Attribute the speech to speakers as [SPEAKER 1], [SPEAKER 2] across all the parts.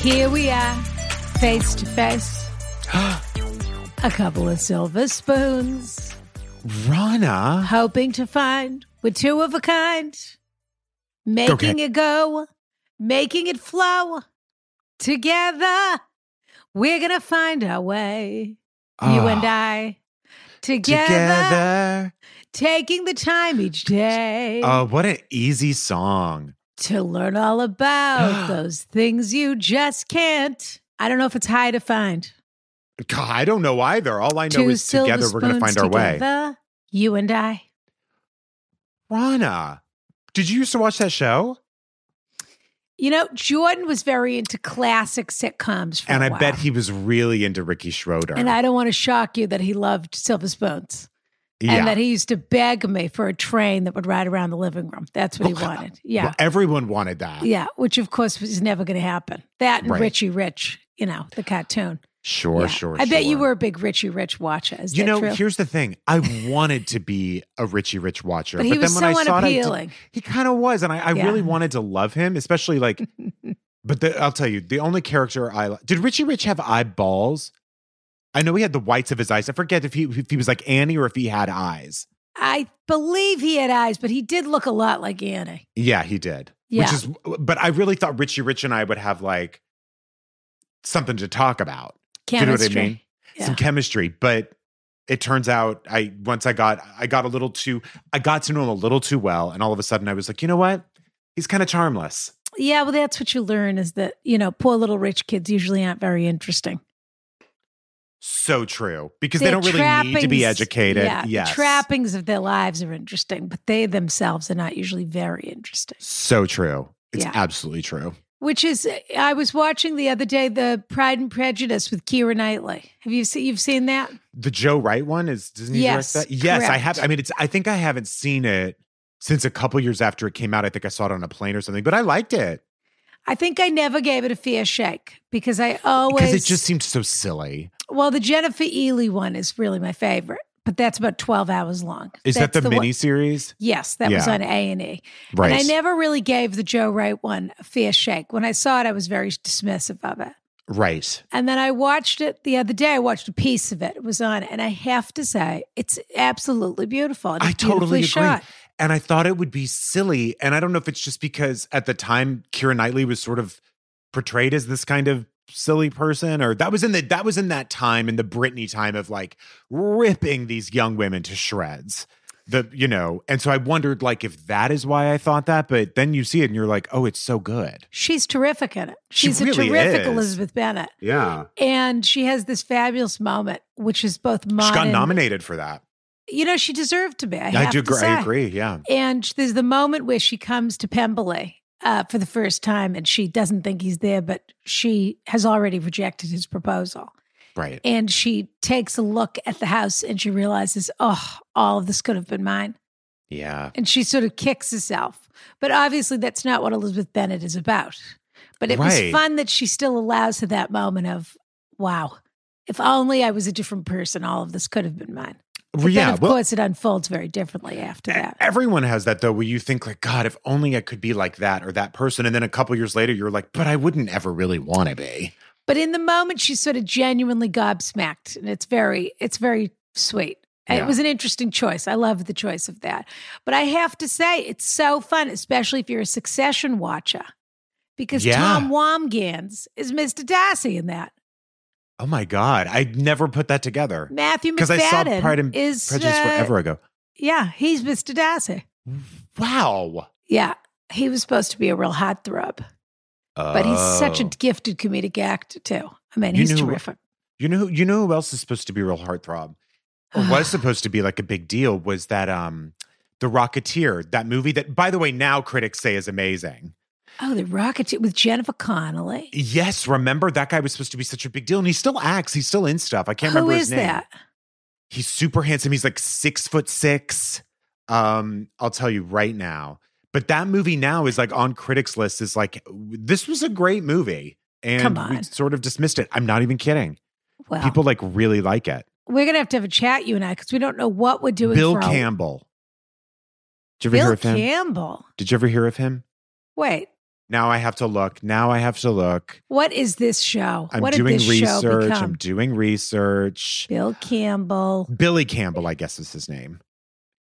[SPEAKER 1] Here we are, face to face. A couple of silver spoons,
[SPEAKER 2] Rana.
[SPEAKER 1] hoping to find we're two of a kind. Making
[SPEAKER 2] Okay.
[SPEAKER 1] it go, making it flow. Together, we're going to find our way. You and I, together,
[SPEAKER 2] Ah. Together.
[SPEAKER 1] taking the time each day
[SPEAKER 2] Oh, what an easy song.
[SPEAKER 1] to learn all about those things you just can't. I don't know if it's high to find.
[SPEAKER 2] God, I don't know either. All I know
[SPEAKER 1] Two
[SPEAKER 2] is
[SPEAKER 1] silver
[SPEAKER 2] together we're going to
[SPEAKER 1] spoons
[SPEAKER 2] find our way.
[SPEAKER 1] together, You and I.
[SPEAKER 2] Rana, did you used to watch that show?
[SPEAKER 1] You know, Jordan was very into classic sitcoms for
[SPEAKER 2] And
[SPEAKER 1] I
[SPEAKER 2] I bet he was really into Ricky Schroeder.
[SPEAKER 1] And I don't want to shock you that he loved Silver Spoons.
[SPEAKER 2] yeah.
[SPEAKER 1] And that he used to beg me for a train that would ride around the living room. That's what he wanted. Yeah.
[SPEAKER 2] Well, everyone wanted that.
[SPEAKER 1] yeah. Which, of course, was never going to happen. That and
[SPEAKER 2] Right.
[SPEAKER 1] Richie Rich, you know, the cartoon.
[SPEAKER 2] Sure,
[SPEAKER 1] Yeah.
[SPEAKER 2] sure.
[SPEAKER 1] I bet you
[SPEAKER 2] sure.
[SPEAKER 1] were a big Richie Rich watcher. Is
[SPEAKER 2] You
[SPEAKER 1] that
[SPEAKER 2] know,
[SPEAKER 1] true?
[SPEAKER 2] here's the thing. I wanted to be a Richie Rich watcher,
[SPEAKER 1] But he was
[SPEAKER 2] then when
[SPEAKER 1] so
[SPEAKER 2] I saw it, I
[SPEAKER 1] unappealing.
[SPEAKER 2] did, he kind of was, and I, I
[SPEAKER 1] Yeah.
[SPEAKER 2] really wanted to love him, especially like. but the, I'll tell you, the only character I li- did Richie Rich have eyeballs. I know he had the whites of his eyes. I forget if he if he was like Annie or if he had eyes.
[SPEAKER 1] I believe he had eyes, but he did look a lot like Annie.
[SPEAKER 2] Yeah, he did. Which
[SPEAKER 1] Yeah.
[SPEAKER 2] is, but I really thought Richie Rich and I would have like something to talk about. you know what I
[SPEAKER 1] Chemistry.
[SPEAKER 2] mean?
[SPEAKER 1] Yeah.
[SPEAKER 2] some chemistry but it turns out i once i got i got a little too i got to know him a little too well and all of a sudden i was like you know what he's kind of charmless
[SPEAKER 1] Yeah, well, that's what you learn is that, you know, poor little rich kids usually aren't very interesting.
[SPEAKER 2] so true because they
[SPEAKER 1] Their
[SPEAKER 2] don't really need to be
[SPEAKER 1] trappings-
[SPEAKER 2] educated
[SPEAKER 1] Yeah, the
[SPEAKER 2] yes
[SPEAKER 1] trappings of their lives are interesting, but they themselves are not usually very interesting.
[SPEAKER 2] so true it's
[SPEAKER 1] Yeah.
[SPEAKER 2] absolutely true
[SPEAKER 1] Which is, I was watching the other day the Pride and Prejudice with Keira Knightley. Have you seen? You've seen that?
[SPEAKER 2] the joe wright one is doesn't he
[SPEAKER 1] Yes,
[SPEAKER 2] direct that yes i
[SPEAKER 1] correct.
[SPEAKER 2] have i mean it's i think i haven't seen it since a couple years after it came out i think i saw it on a plane or something but i liked it
[SPEAKER 1] I think I never gave it a fair shake because I always
[SPEAKER 2] because it just seemed so silly
[SPEAKER 1] well the Jennifer Ely one is really my favorite, but that's about twelve hours long.
[SPEAKER 2] is that
[SPEAKER 1] That's
[SPEAKER 2] the,
[SPEAKER 1] one-
[SPEAKER 2] mini series
[SPEAKER 1] Yes, that was
[SPEAKER 2] Yeah.
[SPEAKER 1] on A and E.
[SPEAKER 2] right
[SPEAKER 1] And I never really gave the Joe Wright one a fair shake. When I saw it, I was very dismissive of it.
[SPEAKER 2] right
[SPEAKER 1] And then I watched it the other day. I watched a piece of it. It was on, and I have to say, it's absolutely beautiful. and
[SPEAKER 2] I
[SPEAKER 1] it's
[SPEAKER 2] totally
[SPEAKER 1] beautifully
[SPEAKER 2] agree.
[SPEAKER 1] Shot.
[SPEAKER 2] And I thought it would be silly. And I don't know if it's just because at the time Kira Knightley was sort of portrayed as this kind of silly person, or that was in the that was in that time in the Britney time of like ripping these young women to shreds. The you know, and so I wondered like if that is why I thought that, but then you see it and you're like, oh, it's so good.
[SPEAKER 1] She's terrific in it.
[SPEAKER 2] She
[SPEAKER 1] She's
[SPEAKER 2] really
[SPEAKER 1] a terrific
[SPEAKER 2] is.
[SPEAKER 1] Elizabeth Bennett,
[SPEAKER 2] Yeah.
[SPEAKER 1] and she has this fabulous moment, which is both modern.
[SPEAKER 2] She got nominated for that.
[SPEAKER 1] You know, she deserved to be. I,
[SPEAKER 2] I,
[SPEAKER 1] have
[SPEAKER 2] do
[SPEAKER 1] to
[SPEAKER 2] agree. I
[SPEAKER 1] say.
[SPEAKER 2] agree. Yeah.
[SPEAKER 1] And there's the moment where she comes to Pemberley uh, for the first time and she doesn't think he's there, but she has already rejected his proposal.
[SPEAKER 2] Right.
[SPEAKER 1] And she takes a look at the house and she realizes, oh, all of this could have been mine.
[SPEAKER 2] Yeah.
[SPEAKER 1] And she sort of kicks herself. But obviously, that's not what Elizabeth Bennett is about. But it
[SPEAKER 2] Right.
[SPEAKER 1] was fun that she still allows her that moment of, wow, if only I was a different person, all of this could have been mine. But
[SPEAKER 2] yeah,
[SPEAKER 1] then, of
[SPEAKER 2] well-
[SPEAKER 1] course, it unfolds very differently after
[SPEAKER 2] E-
[SPEAKER 1] that.
[SPEAKER 2] Everyone has that though, where you think like, God, if only I could be like that or that person, and then a couple years later, you're like, but I wouldn't ever really want to be.
[SPEAKER 1] But in the moment, she's sort of genuinely gobsmacked, and it's very, it's very sweet. And
[SPEAKER 2] Yeah.
[SPEAKER 1] It was an interesting choice. I love the choice of that. But I have to say, it's so fun, especially if you're a Succession watcher, because
[SPEAKER 2] Yeah.
[SPEAKER 1] Tom Wamgans is Mr. Darcy in that.
[SPEAKER 2] Oh my God, I never put that together
[SPEAKER 1] Matthew
[SPEAKER 2] because I saw
[SPEAKER 1] McFadden
[SPEAKER 2] Pride and
[SPEAKER 1] is
[SPEAKER 2] Prejudice
[SPEAKER 1] uh,
[SPEAKER 2] forever ago.
[SPEAKER 1] Yeah, he's Mr. Darcy.
[SPEAKER 2] Wow,
[SPEAKER 1] Yeah, he was supposed to be a real hot throb, but he's such a
[SPEAKER 2] Oh.
[SPEAKER 1] gifted comedic actor too. I mean,
[SPEAKER 2] You
[SPEAKER 1] he's
[SPEAKER 2] knew-
[SPEAKER 1] terrific.
[SPEAKER 2] You know, who- you know who else is supposed to be a real heartthrob, or was supposed to be like a big deal? Was that um, the Rocketeer, that movie that, by the way, now critics say is amazing.
[SPEAKER 1] Oh, the Rocketeer with Jennifer Connelly.
[SPEAKER 2] Yes, remember that guy was supposed to be such a big deal, and he still acts. He's still in stuff. I can't
[SPEAKER 1] Who
[SPEAKER 2] remember his
[SPEAKER 1] is
[SPEAKER 2] name.
[SPEAKER 1] that?
[SPEAKER 2] He's super handsome. He's like six foot six. Um, I'll tell you right now. But that movie now is like on critics' list. Is like this was a great movie, and
[SPEAKER 1] Come
[SPEAKER 2] we
[SPEAKER 1] on.
[SPEAKER 2] sort of dismissed it. I'm not even kidding.
[SPEAKER 1] Well,
[SPEAKER 2] People like really like it.
[SPEAKER 1] we're gonna have to have a chat, you and I, because we don't know what we're doing.
[SPEAKER 2] Bill
[SPEAKER 1] for our-
[SPEAKER 2] Campbell. Did you ever hear
[SPEAKER 1] Bill
[SPEAKER 2] of him?
[SPEAKER 1] Campbell.
[SPEAKER 2] Did you ever hear of him?
[SPEAKER 1] Wait,
[SPEAKER 2] Now I have to look. Now I have to look.
[SPEAKER 1] what is this show?
[SPEAKER 2] I'm
[SPEAKER 1] what did
[SPEAKER 2] doing
[SPEAKER 1] this show
[SPEAKER 2] research.
[SPEAKER 1] become?
[SPEAKER 2] I'm doing research.
[SPEAKER 1] Bill Campbell.
[SPEAKER 2] Billy Campbell, I guess is his name.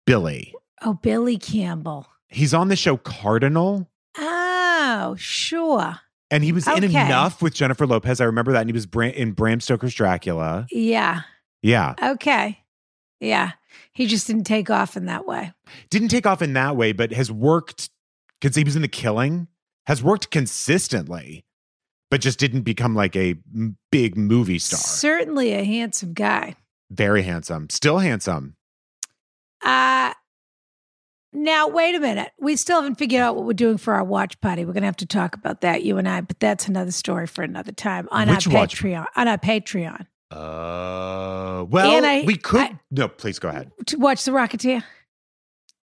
[SPEAKER 2] Billy.
[SPEAKER 1] Oh, Billy Campbell.
[SPEAKER 2] He's on the show Cardinal.
[SPEAKER 1] Oh, sure.
[SPEAKER 2] And he was in
[SPEAKER 1] Okay.
[SPEAKER 2] enough with Jennifer Lopez. I remember that. And he was Bram- in Bram Stoker's Dracula.
[SPEAKER 1] Yeah.
[SPEAKER 2] Yeah.
[SPEAKER 1] Okay. Yeah. He just didn't take off in that way.
[SPEAKER 2] Didn't take off in that way, but has worked because he was in The Killing, has worked consistently, but just didn't become like a m- big movie star.
[SPEAKER 1] Certainly a handsome guy.
[SPEAKER 2] Very handsome. Still handsome.
[SPEAKER 1] Uh now wait a minute. We still haven't figured out what we're doing for our watch party. We're gonna have to talk about that, you and I, but that's another story for another time. On
[SPEAKER 2] Which
[SPEAKER 1] our
[SPEAKER 2] watch-
[SPEAKER 1] Patreon. On our Patreon.
[SPEAKER 2] Uh, well,
[SPEAKER 1] And I-
[SPEAKER 2] we could.
[SPEAKER 1] I-
[SPEAKER 2] no, please go ahead.
[SPEAKER 1] To watch the Rocketeer.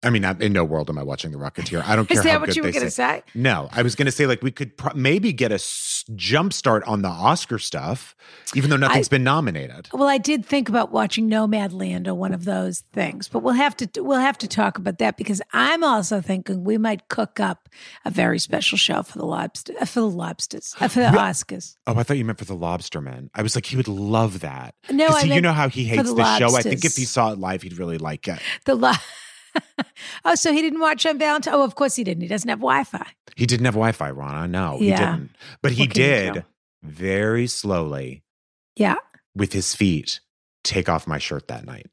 [SPEAKER 2] I mean, I'm, in no world am I watching The Rocketeer. I don't care
[SPEAKER 1] Is that
[SPEAKER 2] how
[SPEAKER 1] what
[SPEAKER 2] good
[SPEAKER 1] you were
[SPEAKER 2] they
[SPEAKER 1] gonna
[SPEAKER 2] say.
[SPEAKER 1] say?
[SPEAKER 2] No, I was going to say like we could pro- maybe get a s- jump start on the Oscar stuff, even though nothing's been nominated.
[SPEAKER 1] Well, I did think about watching Nomadland or one of those things, but we'll have to we'll have to talk about that because I'm also thinking we might cook up a very special show for the lobster uh, for the lobsters uh, for the Oscars.
[SPEAKER 2] Oh, I thought you meant for the Lobsterman. I was like, he would love that.
[SPEAKER 1] No,
[SPEAKER 2] 'Cause
[SPEAKER 1] I
[SPEAKER 2] he- you
[SPEAKER 1] meant
[SPEAKER 2] know how he hates
[SPEAKER 1] the
[SPEAKER 2] the show. I think if he
[SPEAKER 1] lobsters.
[SPEAKER 2] saw it live, he'd really like it.
[SPEAKER 1] The lo- oh, so he didn't watch on Valentine. Oh, of course he didn't. He doesn't have Wi-Fi.
[SPEAKER 2] He didn't have Wi-Fi, Ron. I know he
[SPEAKER 1] Yeah.
[SPEAKER 2] didn't, but he
[SPEAKER 1] What can you
[SPEAKER 2] did
[SPEAKER 1] do?
[SPEAKER 2] very slowly
[SPEAKER 1] Yeah,
[SPEAKER 2] with his feet take off my shirt that night.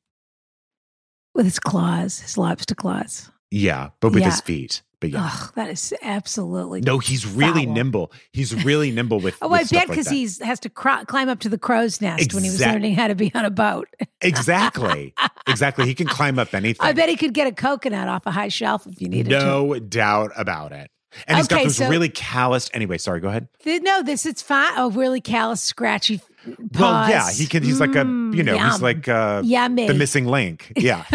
[SPEAKER 1] with his claws, his lobster claws.
[SPEAKER 2] Yeah, but with
[SPEAKER 1] Yeah.
[SPEAKER 2] his feet. But yeah,
[SPEAKER 1] Ugh, that is absolutely
[SPEAKER 2] no, he's really
[SPEAKER 1] foul.
[SPEAKER 2] nimble. He's really nimble with.
[SPEAKER 1] Oh,
[SPEAKER 2] with
[SPEAKER 1] I
[SPEAKER 2] stuff
[SPEAKER 1] bet
[SPEAKER 2] like
[SPEAKER 1] because
[SPEAKER 2] that.
[SPEAKER 1] he's has to cro- climb up to the crow's nest when he was
[SPEAKER 2] Exact-
[SPEAKER 1] learning how to be on a boat.
[SPEAKER 2] exactly, exactly. He can climb up anything.
[SPEAKER 1] I bet he could get a coconut off a high shelf if you needed to.
[SPEAKER 2] no doubt about it. And he's got
[SPEAKER 1] Okay,
[SPEAKER 2] those
[SPEAKER 1] so-
[SPEAKER 2] really calloused. Anyway, sorry. Go ahead.
[SPEAKER 1] Th- No, this it's fine. Oh, really callous, scratchy paws.
[SPEAKER 2] Well, yeah, he can. He's like a
[SPEAKER 1] Mm,
[SPEAKER 2] you know he's
[SPEAKER 1] yum.
[SPEAKER 2] like uh,
[SPEAKER 1] yummy.
[SPEAKER 2] the missing link. Yeah,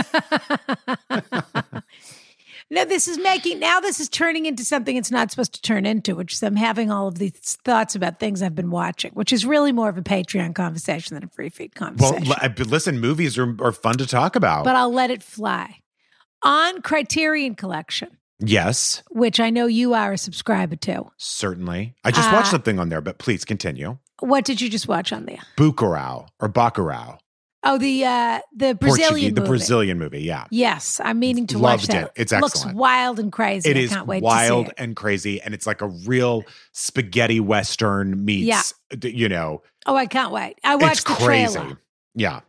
[SPEAKER 1] no, this is making now. This is turning into something it's not supposed to turn into, which is I'm having all of these thoughts about things I've been watching, which is really more of a Patreon conversation than a free feed
[SPEAKER 2] well,
[SPEAKER 1] conversation.
[SPEAKER 2] li- but listen, movies are, are fun to talk about.
[SPEAKER 1] but I'll let it fly. On Criterion Collection,
[SPEAKER 2] yes,
[SPEAKER 1] which I know you are a subscriber to.
[SPEAKER 2] certainly. I just watched
[SPEAKER 1] Uh,
[SPEAKER 2] something on there, but please continue.
[SPEAKER 1] What did you just watch on there?
[SPEAKER 2] Bucarau or Bacurau,
[SPEAKER 1] Oh, the uh the
[SPEAKER 2] Portuguese,
[SPEAKER 1] Brazilian
[SPEAKER 2] the
[SPEAKER 1] movie.
[SPEAKER 2] Brazilian movie. Yeah,
[SPEAKER 1] Yes, I'm meaning to watch
[SPEAKER 2] Loved
[SPEAKER 1] that.
[SPEAKER 2] it. It's
[SPEAKER 1] Looks
[SPEAKER 2] excellent.
[SPEAKER 1] wild and crazy.
[SPEAKER 2] it
[SPEAKER 1] I
[SPEAKER 2] is
[SPEAKER 1] can't wait
[SPEAKER 2] wild
[SPEAKER 1] to see it.
[SPEAKER 2] and crazy, and it's like a real spaghetti western meets. d- You know,
[SPEAKER 1] Oh, I can't wait. I watched
[SPEAKER 2] it's
[SPEAKER 1] the
[SPEAKER 2] crazy.
[SPEAKER 1] trailer.
[SPEAKER 2] Yeah.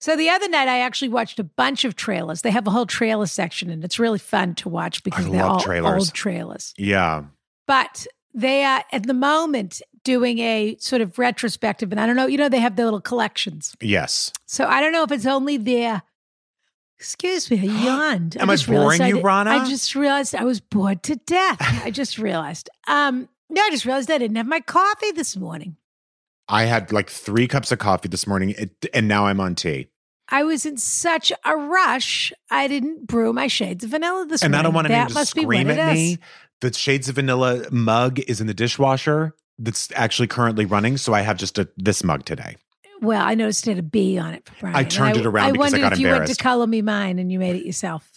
[SPEAKER 1] So the other night, I actually watched a bunch of trailers. They have a whole trailer section, and it's really fun to watch because they're
[SPEAKER 2] love
[SPEAKER 1] all
[SPEAKER 2] trailers.
[SPEAKER 1] old trailers.
[SPEAKER 2] Yeah.
[SPEAKER 1] But they are at the moment doing a sort of retrospective, and I don't know. You know, they have their little collections.
[SPEAKER 2] Yes.
[SPEAKER 1] So I don't know if it's only their. Excuse me, I yawned.
[SPEAKER 2] Am I
[SPEAKER 1] just realized
[SPEAKER 2] boring you,
[SPEAKER 1] did-
[SPEAKER 2] Rana?
[SPEAKER 1] I just realized I was bored to death. I just realized. Um, no, I just realized I didn't have my coffee this morning.
[SPEAKER 2] I had like three cups of coffee this morning, it- and now I'm on tea.
[SPEAKER 1] I was in such a rush. I didn't brew my shades of vanilla this
[SPEAKER 2] and
[SPEAKER 1] morning.
[SPEAKER 2] I don't want
[SPEAKER 1] that
[SPEAKER 2] anyone to
[SPEAKER 1] must
[SPEAKER 2] scream
[SPEAKER 1] be what
[SPEAKER 2] at
[SPEAKER 1] it is.
[SPEAKER 2] me. The Shades of Vanilla mug is in the dishwasher that's actually currently running. So I have just a this mug today.
[SPEAKER 1] Well, I noticed it had a B on it for Brian.
[SPEAKER 2] I
[SPEAKER 1] and
[SPEAKER 2] turned it around
[SPEAKER 1] I
[SPEAKER 2] because I
[SPEAKER 1] wondered
[SPEAKER 2] got
[SPEAKER 1] if you went to
[SPEAKER 2] embarrassed.
[SPEAKER 1] color me mine and you made it yourself.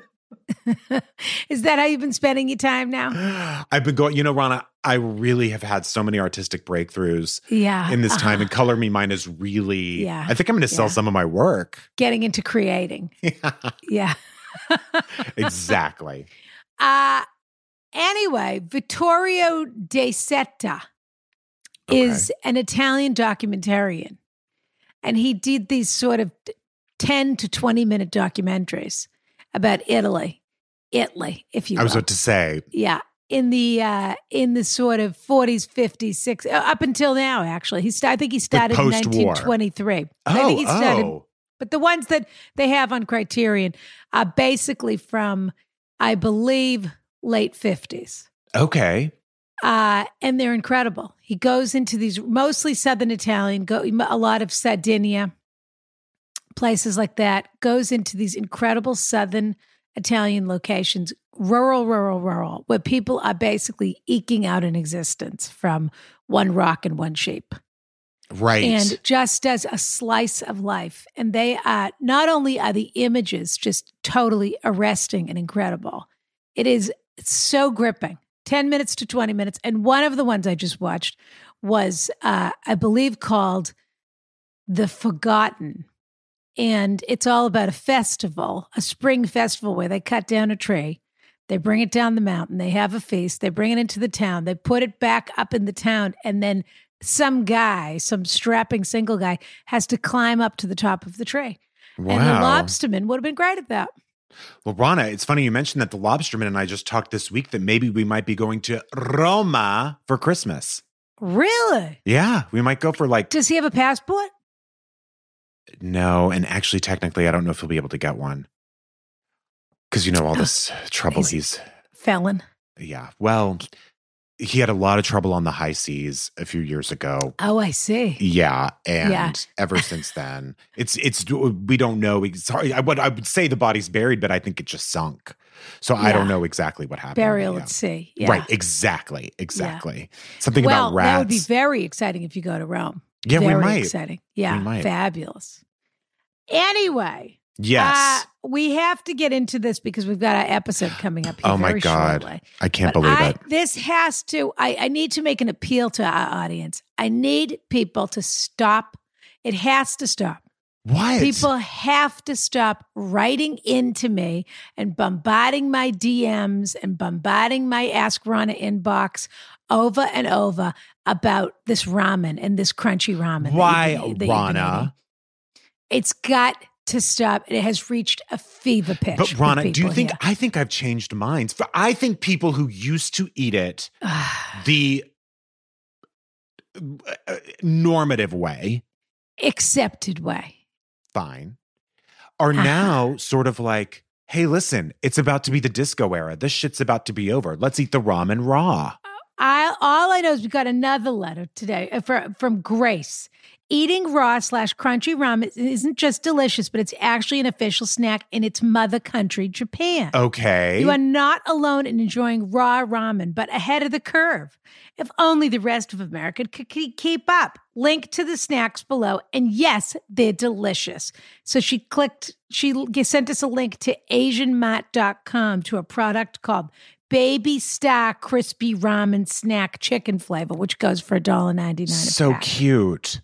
[SPEAKER 1] Is that how you've been spending your time now?
[SPEAKER 2] I've been going, you know, Rana, I really have had so many artistic breakthroughs
[SPEAKER 1] Yeah.
[SPEAKER 2] in this
[SPEAKER 1] Uh-huh.
[SPEAKER 2] time, and Color Me Mine is really,
[SPEAKER 1] Yeah.
[SPEAKER 2] I think I'm going to sell
[SPEAKER 1] Yeah.
[SPEAKER 2] some of my work.
[SPEAKER 1] Getting into creating. Yeah.
[SPEAKER 2] exactly.
[SPEAKER 1] Uh, anyway, Vittorio De Setta is an Italian documentarian, and he did these sort of 10 to 20 minute documentaries about Italy. Italy, if you
[SPEAKER 2] I was
[SPEAKER 1] will.
[SPEAKER 2] about to say,
[SPEAKER 1] yeah in the uh in the sort of 40s 50s 60s uh, up until now actually he st- i think he started in
[SPEAKER 2] post-war.
[SPEAKER 1] 1923 i think
[SPEAKER 2] oh,
[SPEAKER 1] he started
[SPEAKER 2] oh,
[SPEAKER 1] but the ones that they have on criterion are basically from i believe late 50s
[SPEAKER 2] okay.
[SPEAKER 1] uh, and they're incredible. He goes into these mostly southern Italian, go a lot of Sardinia, places like that. Goes into these incredible southern Italian locations, rural, rural, rural, where people are basically eking out an existence from one rock and one sheep
[SPEAKER 2] Right.
[SPEAKER 1] and just does a slice of life. And they are not only are the images just totally arresting and incredible, it is so gripping. 10 minutes to 20 minutes. And one of the ones I just watched was, uh, I believe, called The Forgotten. And it's all about a festival, a spring festival where they cut down a tree. They bring it down the mountain. They have a feast. They bring it into the town. They put it back up in the town. And then some guy, some strapping single guy, has to climb up to the top of the tree.
[SPEAKER 2] wow.
[SPEAKER 1] And the lobsterman would have been great at that.
[SPEAKER 2] Well, Rana, it's funny you mentioned that the lobsterman and I just talked this week that maybe we might be going to Roma for Christmas.
[SPEAKER 1] Really?
[SPEAKER 2] Yeah, we might go for like,
[SPEAKER 1] Does he have a passport?
[SPEAKER 2] no. And actually, technically, I don't know if he'll be able to get one because you know all this trouble he's,
[SPEAKER 1] Felon.
[SPEAKER 2] yeah. Well, he had a lot of trouble on the high seas a few years ago.
[SPEAKER 1] Oh, I see.
[SPEAKER 2] Yeah, and
[SPEAKER 1] Yeah.
[SPEAKER 2] ever since then, it's it's we don't know. Sorry, I would I would say the body's buried, but I think it just sunk. So I don't
[SPEAKER 1] Yeah.
[SPEAKER 2] know exactly what happened.
[SPEAKER 1] Burial
[SPEAKER 2] Yeah.
[SPEAKER 1] at sea. Yeah.
[SPEAKER 2] Right, exactly, exactly. Something
[SPEAKER 1] well,
[SPEAKER 2] about rats.
[SPEAKER 1] that would be very exciting if you go to Rome.
[SPEAKER 2] yeah,
[SPEAKER 1] very
[SPEAKER 2] we might.
[SPEAKER 1] exciting. Yeah,
[SPEAKER 2] We might.
[SPEAKER 1] fabulous. Anyway,
[SPEAKER 2] Yes,
[SPEAKER 1] uh, we have to get into this because we've got our episode coming up here
[SPEAKER 2] Oh, my
[SPEAKER 1] very
[SPEAKER 2] God.
[SPEAKER 1] shortly.
[SPEAKER 2] I can't
[SPEAKER 1] But
[SPEAKER 2] believe
[SPEAKER 1] I-
[SPEAKER 2] it.
[SPEAKER 1] This has to, I, I need to make an appeal to our audience. I need people to stop. It has to stop.
[SPEAKER 2] What?
[SPEAKER 1] People have to stop writing into me and bombarding my DMs and bombarding my Ask Rana inbox over and over about this ramen and this crunchy ramen. that you've
[SPEAKER 2] Why,
[SPEAKER 1] been- that you've been eating.
[SPEAKER 2] Rana?
[SPEAKER 1] It's got to stop. It has reached a fever pitch.
[SPEAKER 2] But
[SPEAKER 1] with
[SPEAKER 2] Rana, do you
[SPEAKER 1] people
[SPEAKER 2] think
[SPEAKER 1] here.
[SPEAKER 2] I think I've changed minds? For- I think people who used to eat it the uh, normative way,
[SPEAKER 1] accepted way?
[SPEAKER 2] fine, are
[SPEAKER 1] Uh-huh.
[SPEAKER 2] now sort of like, hey, listen, it's about to be the disco era. This shit's about to be over. Let's eat the ramen raw.
[SPEAKER 1] I all I know is we got another letter today uh, fro- from Grace. Eating raw slash crunchy ramen isn't just delicious, but it's actually an official snack in its mother country, Japan.
[SPEAKER 2] Okay.
[SPEAKER 1] You are not alone in enjoying raw ramen, but ahead of the curve. If only the rest of America could ke- keep up. Link to the snacks below. And yes, they're delicious. So she clicked, she l- sent us a link to AsianMart.com to a product called Baby Star Crispy Ramen Snack Chicken Flavor, which goes for $1.99. a
[SPEAKER 2] so
[SPEAKER 1] pack.
[SPEAKER 2] cute.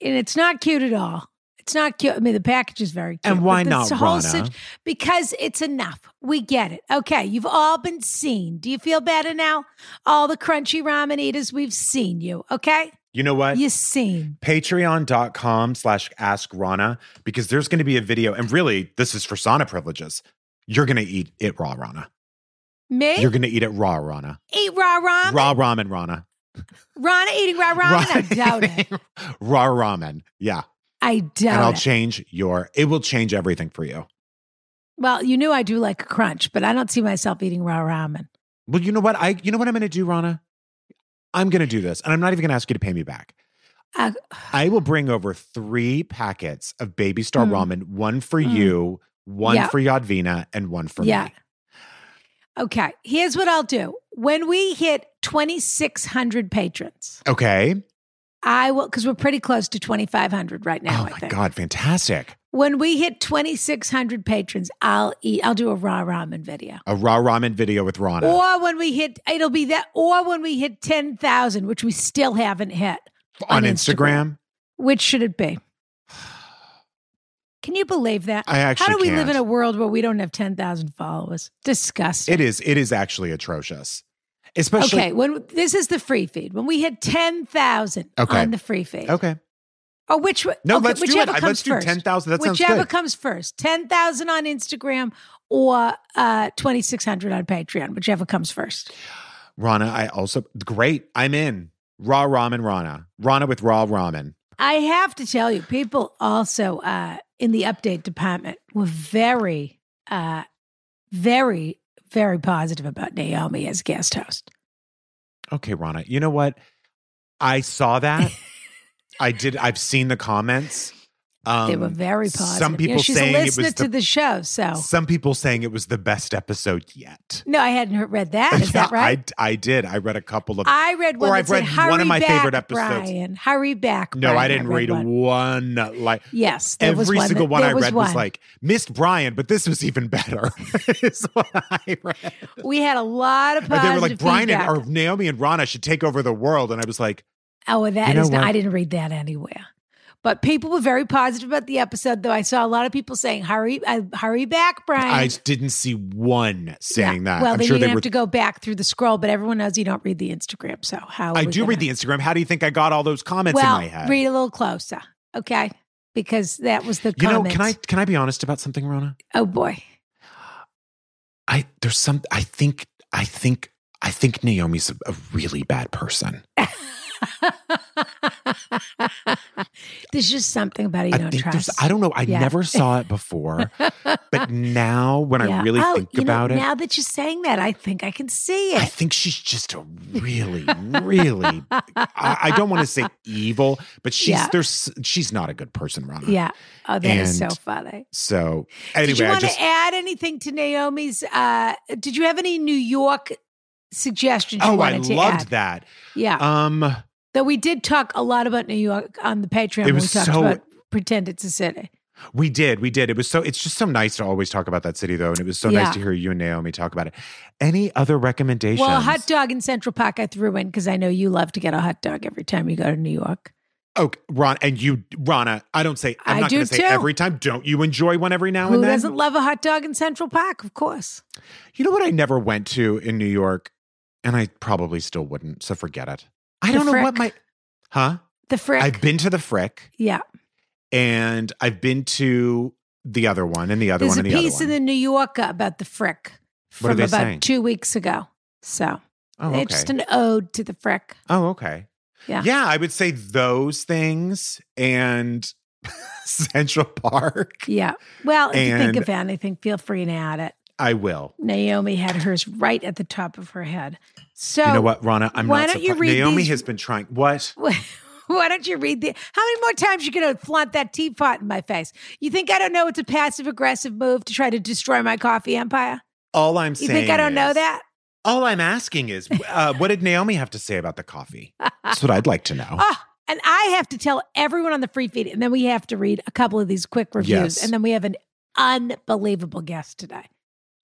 [SPEAKER 1] And it's not cute at all. It's not cute. I mean, the package is very cute.
[SPEAKER 2] And why
[SPEAKER 1] but this
[SPEAKER 2] not,
[SPEAKER 1] whole
[SPEAKER 2] Rana?
[SPEAKER 1] sit- because it's enough. We get it. Okay, you've all been seen. Do you feel better now? All the crunchy ramen eaters, we've seen you. Okay,
[SPEAKER 2] You know what?
[SPEAKER 1] you're seen.
[SPEAKER 2] patreon.com slash ask rana because there's going to be a video and really this is for sauna privileges you're going to eat it raw rana
[SPEAKER 1] Me
[SPEAKER 2] you're going to eat it raw rana
[SPEAKER 1] eat raw ramen.
[SPEAKER 2] raw ramen rana
[SPEAKER 1] Rana eating raw ramen. I doubt it.
[SPEAKER 2] raw ramen yeah
[SPEAKER 1] I
[SPEAKER 2] and i'll
[SPEAKER 1] doubt it.
[SPEAKER 2] change your it will change everything for you
[SPEAKER 1] well, you knew I do like a crunch, but I don't see myself eating raw ramen.
[SPEAKER 2] well you know what i you know what i'm going to do rana i'm going to do this and i'm not even going to ask you to pay me back
[SPEAKER 1] Uh,
[SPEAKER 2] i will bring over three packets of baby star
[SPEAKER 1] Mm.
[SPEAKER 2] ramen one for
[SPEAKER 1] Mm.
[SPEAKER 2] you one
[SPEAKER 1] Yeah.
[SPEAKER 2] for yadvina and one for
[SPEAKER 1] Yeah.
[SPEAKER 2] me
[SPEAKER 1] okay, here's what I'll do. When we hit 2,600 patrons,
[SPEAKER 2] okay
[SPEAKER 1] I will, because we're pretty close to 2,500 right now.
[SPEAKER 2] oh
[SPEAKER 1] I
[SPEAKER 2] my
[SPEAKER 1] think.
[SPEAKER 2] god, fantastic!
[SPEAKER 1] When we hit 2,600 patrons, I'll eat, I'll do a raw ramen video.
[SPEAKER 2] A raw ramen video with Rana.
[SPEAKER 1] Or when we hit, it'll be that, or when we hit 10,000, which we still haven't hit.
[SPEAKER 2] on
[SPEAKER 1] on
[SPEAKER 2] Instagram.
[SPEAKER 1] Instagram. Which should it be? Can you believe that?
[SPEAKER 2] I actually
[SPEAKER 1] How do we live
[SPEAKER 2] can't.
[SPEAKER 1] in a world where we don't have 10,000 followers? Disgusting.
[SPEAKER 2] It is. It is actually atrocious, especially.
[SPEAKER 1] Okay, when this is the free feed. When we hit 10,000
[SPEAKER 2] Okay.
[SPEAKER 1] on the free feed.
[SPEAKER 2] Okay.
[SPEAKER 1] Or which
[SPEAKER 2] No,
[SPEAKER 1] okay,
[SPEAKER 2] let's do it.
[SPEAKER 1] whichever
[SPEAKER 2] I-
[SPEAKER 1] Comes
[SPEAKER 2] Let's do
[SPEAKER 1] first.
[SPEAKER 2] ten thousand. That sounds
[SPEAKER 1] Whichever
[SPEAKER 2] good.
[SPEAKER 1] comes first, 10,000 on Instagram or uh, 2,600 on Patreon, whichever comes first.
[SPEAKER 2] Rana, I also great. I'm in raw ramen. Rana, Rana with raw ramen.
[SPEAKER 1] I have to tell you, people also uh, in the update department were very, uh, very, very positive about Naomi as guest host.
[SPEAKER 2] Okay, Rana. You know what? I saw that. I did. I've seen the comments. Um,
[SPEAKER 1] they were very positive. You
[SPEAKER 2] Some
[SPEAKER 1] know,
[SPEAKER 2] people
[SPEAKER 1] she's
[SPEAKER 2] saying
[SPEAKER 1] a
[SPEAKER 2] it
[SPEAKER 1] listener
[SPEAKER 2] was
[SPEAKER 1] to
[SPEAKER 2] the,
[SPEAKER 1] the, show, so
[SPEAKER 2] some people saying it was the best episode yet.
[SPEAKER 1] no, I hadn't heard- read that. Is that
[SPEAKER 2] Yeah,
[SPEAKER 1] right?
[SPEAKER 2] I, I did. I read a couple of.
[SPEAKER 1] I read one.
[SPEAKER 2] Or
[SPEAKER 1] that
[SPEAKER 2] I've
[SPEAKER 1] said,
[SPEAKER 2] read one of
[SPEAKER 1] "Hurry
[SPEAKER 2] my
[SPEAKER 1] back,
[SPEAKER 2] favorite episodes."
[SPEAKER 1] Brian, hurry back.
[SPEAKER 2] no,
[SPEAKER 1] Brian."
[SPEAKER 2] I didn't read
[SPEAKER 1] one.
[SPEAKER 2] one like.
[SPEAKER 1] Yes, there was
[SPEAKER 2] Every
[SPEAKER 1] one
[SPEAKER 2] single
[SPEAKER 1] that-
[SPEAKER 2] one I
[SPEAKER 1] there
[SPEAKER 2] read was
[SPEAKER 1] one.
[SPEAKER 2] like missed Brian, but this was even better. is what I read.
[SPEAKER 1] we had a lot of
[SPEAKER 2] And
[SPEAKER 1] positive
[SPEAKER 2] they were like Brian and,
[SPEAKER 1] feedback.
[SPEAKER 2] or Naomi and Rana should take over the world, and I was like,
[SPEAKER 1] Oh, well, that
[SPEAKER 2] You know
[SPEAKER 1] is not,
[SPEAKER 2] what?
[SPEAKER 1] I didn't read that anywhere. But people were very positive about the episode, though. I saw a lot of people saying, "Hurry, uh, hurry back, Brian."
[SPEAKER 2] I didn't see one saying
[SPEAKER 1] Yeah.
[SPEAKER 2] that.
[SPEAKER 1] Well,
[SPEAKER 2] I'm
[SPEAKER 1] then
[SPEAKER 2] sure
[SPEAKER 1] you're gonna
[SPEAKER 2] they were.
[SPEAKER 1] have to go back through the scroll. But everyone knows you don't read the Instagram, so how?
[SPEAKER 2] I do read the Instagram. How do you think I got all those comments
[SPEAKER 1] well,
[SPEAKER 2] in my head?
[SPEAKER 1] read a little closer, okay? Because that was the
[SPEAKER 2] you know,
[SPEAKER 1] comment.
[SPEAKER 2] can I can I be honest about something, Rona?
[SPEAKER 1] Oh boy,
[SPEAKER 2] I there's some. I think I think I think Naomi's a, a really bad person.
[SPEAKER 1] there's just something about it you
[SPEAKER 2] I
[SPEAKER 1] don't
[SPEAKER 2] think
[SPEAKER 1] trust.
[SPEAKER 2] I don't know. I
[SPEAKER 1] Yeah.
[SPEAKER 2] never saw it before, but now when I
[SPEAKER 1] Yeah.
[SPEAKER 2] really
[SPEAKER 1] Oh,
[SPEAKER 2] think
[SPEAKER 1] you know,
[SPEAKER 2] about it,
[SPEAKER 1] Now that you're saying that, I think I can see
[SPEAKER 2] I
[SPEAKER 1] it.
[SPEAKER 2] think she's just a really, really. I, I don't want to say evil, but she's
[SPEAKER 1] Yeah.
[SPEAKER 2] there's she's not a good person, Rana.
[SPEAKER 1] Yeah. Oh, that is
[SPEAKER 2] And
[SPEAKER 1] so funny.
[SPEAKER 2] So anyway,
[SPEAKER 1] did you
[SPEAKER 2] I
[SPEAKER 1] want
[SPEAKER 2] just.
[SPEAKER 1] to add anything to Naomi's? Uh, did you have any New York suggestions? You
[SPEAKER 2] Oh, I
[SPEAKER 1] wanted to
[SPEAKER 2] loved
[SPEAKER 1] add? Oh.
[SPEAKER 2] that.
[SPEAKER 1] Yeah,
[SPEAKER 2] Um,
[SPEAKER 1] though we did talk a lot about New York on the Patreon. when
[SPEAKER 2] was
[SPEAKER 1] we talked
[SPEAKER 2] so-
[SPEAKER 1] about pretend it's a city.
[SPEAKER 2] we did, we did. It was so. It's just so nice to always talk about that city, though, and it was so
[SPEAKER 1] Yeah.
[SPEAKER 2] nice to hear you and Naomi talk about it. Any other recommendations?
[SPEAKER 1] Well, a hot dog in Central Park I threw in because I know you love to get a hot dog every time you go to New York.
[SPEAKER 2] Okay, Ron, and you, Rana. I don't say. I'm
[SPEAKER 1] I
[SPEAKER 2] not
[SPEAKER 1] do
[SPEAKER 2] going to say
[SPEAKER 1] too.
[SPEAKER 2] every time. Don't you enjoy one every now
[SPEAKER 1] Who
[SPEAKER 2] and then?
[SPEAKER 1] doesn't love a hot dog in Central Park? Of course.
[SPEAKER 2] You know what I never went to in New York, and I probably still wouldn't, so forget it. I
[SPEAKER 1] The
[SPEAKER 2] don't know what my
[SPEAKER 1] Frick.
[SPEAKER 2] Huh?
[SPEAKER 1] The Frick.
[SPEAKER 2] I've been to the Frick
[SPEAKER 1] yeah.
[SPEAKER 2] and I've been to the other one and the other
[SPEAKER 1] There's
[SPEAKER 2] one
[SPEAKER 1] a
[SPEAKER 2] and the other
[SPEAKER 1] piece
[SPEAKER 2] one.
[SPEAKER 1] in the New Yorker about the Frick
[SPEAKER 2] What are
[SPEAKER 1] from
[SPEAKER 2] they
[SPEAKER 1] about
[SPEAKER 2] saying?
[SPEAKER 1] two weeks ago. So
[SPEAKER 2] oh,
[SPEAKER 1] it's
[SPEAKER 2] okay.
[SPEAKER 1] just an ode to the Frick.
[SPEAKER 2] oh, okay.
[SPEAKER 1] Yeah.
[SPEAKER 2] Yeah, I would say those things and Central Park.
[SPEAKER 1] Yeah. Well, if you think
[SPEAKER 2] And-
[SPEAKER 1] of anything, feel free to add it.
[SPEAKER 2] I will.
[SPEAKER 1] Naomi had hers right at the top of her head. So
[SPEAKER 2] you know what, Rana? I'm
[SPEAKER 1] why
[SPEAKER 2] not
[SPEAKER 1] don't you
[SPEAKER 2] surprised-
[SPEAKER 1] read
[SPEAKER 2] Naomi
[SPEAKER 1] these-
[SPEAKER 2] has been trying what?
[SPEAKER 1] Why don't you read the? How many more times you gonna flaunt that teapot in my face? You think I don't know it's a passive aggressive move to try to destroy my coffee empire?
[SPEAKER 2] All I'm
[SPEAKER 1] You
[SPEAKER 2] saying
[SPEAKER 1] think I don't know
[SPEAKER 2] is-
[SPEAKER 1] that?
[SPEAKER 2] All I'm asking is uh, what did Naomi have to say about the coffee? That's what I'd like to know.
[SPEAKER 1] Oh, and I have to tell everyone on the free feed, and then we have to read a couple of these quick reviews,
[SPEAKER 2] Yes.
[SPEAKER 1] and then we have an unbelievable guest today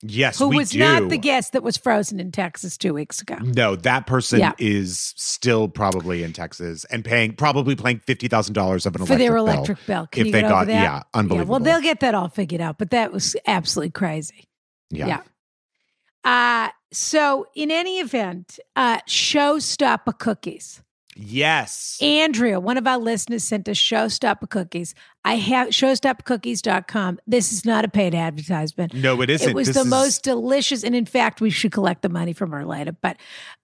[SPEAKER 2] Yes,
[SPEAKER 1] who
[SPEAKER 2] we
[SPEAKER 1] was
[SPEAKER 2] do.
[SPEAKER 1] not the guest that was frozen in Texas two weeks ago.
[SPEAKER 2] No, that person
[SPEAKER 1] Yeah.
[SPEAKER 2] is still probably in Texas and paying probably paying fifty thousand dollars of an
[SPEAKER 1] For
[SPEAKER 2] electric,
[SPEAKER 1] their electric bill,
[SPEAKER 2] bill
[SPEAKER 1] Can
[SPEAKER 2] if
[SPEAKER 1] you
[SPEAKER 2] they
[SPEAKER 1] get
[SPEAKER 2] got
[SPEAKER 1] over that?
[SPEAKER 2] yeah unbelievable.
[SPEAKER 1] well, they'll get that all figured out, but that was absolutely crazy.
[SPEAKER 2] yeah.
[SPEAKER 1] yeah. Uh, so, in any event, uh, showstopper cookies.
[SPEAKER 2] yes.
[SPEAKER 1] Andrea, one of our listeners, sent us showstopper cookies. I have showstoppercookies.com. This is not a paid advertisement.
[SPEAKER 2] no, it isn't.
[SPEAKER 1] It was
[SPEAKER 2] This
[SPEAKER 1] the
[SPEAKER 2] is-
[SPEAKER 1] most delicious, and in fact, we should collect the money from her later. But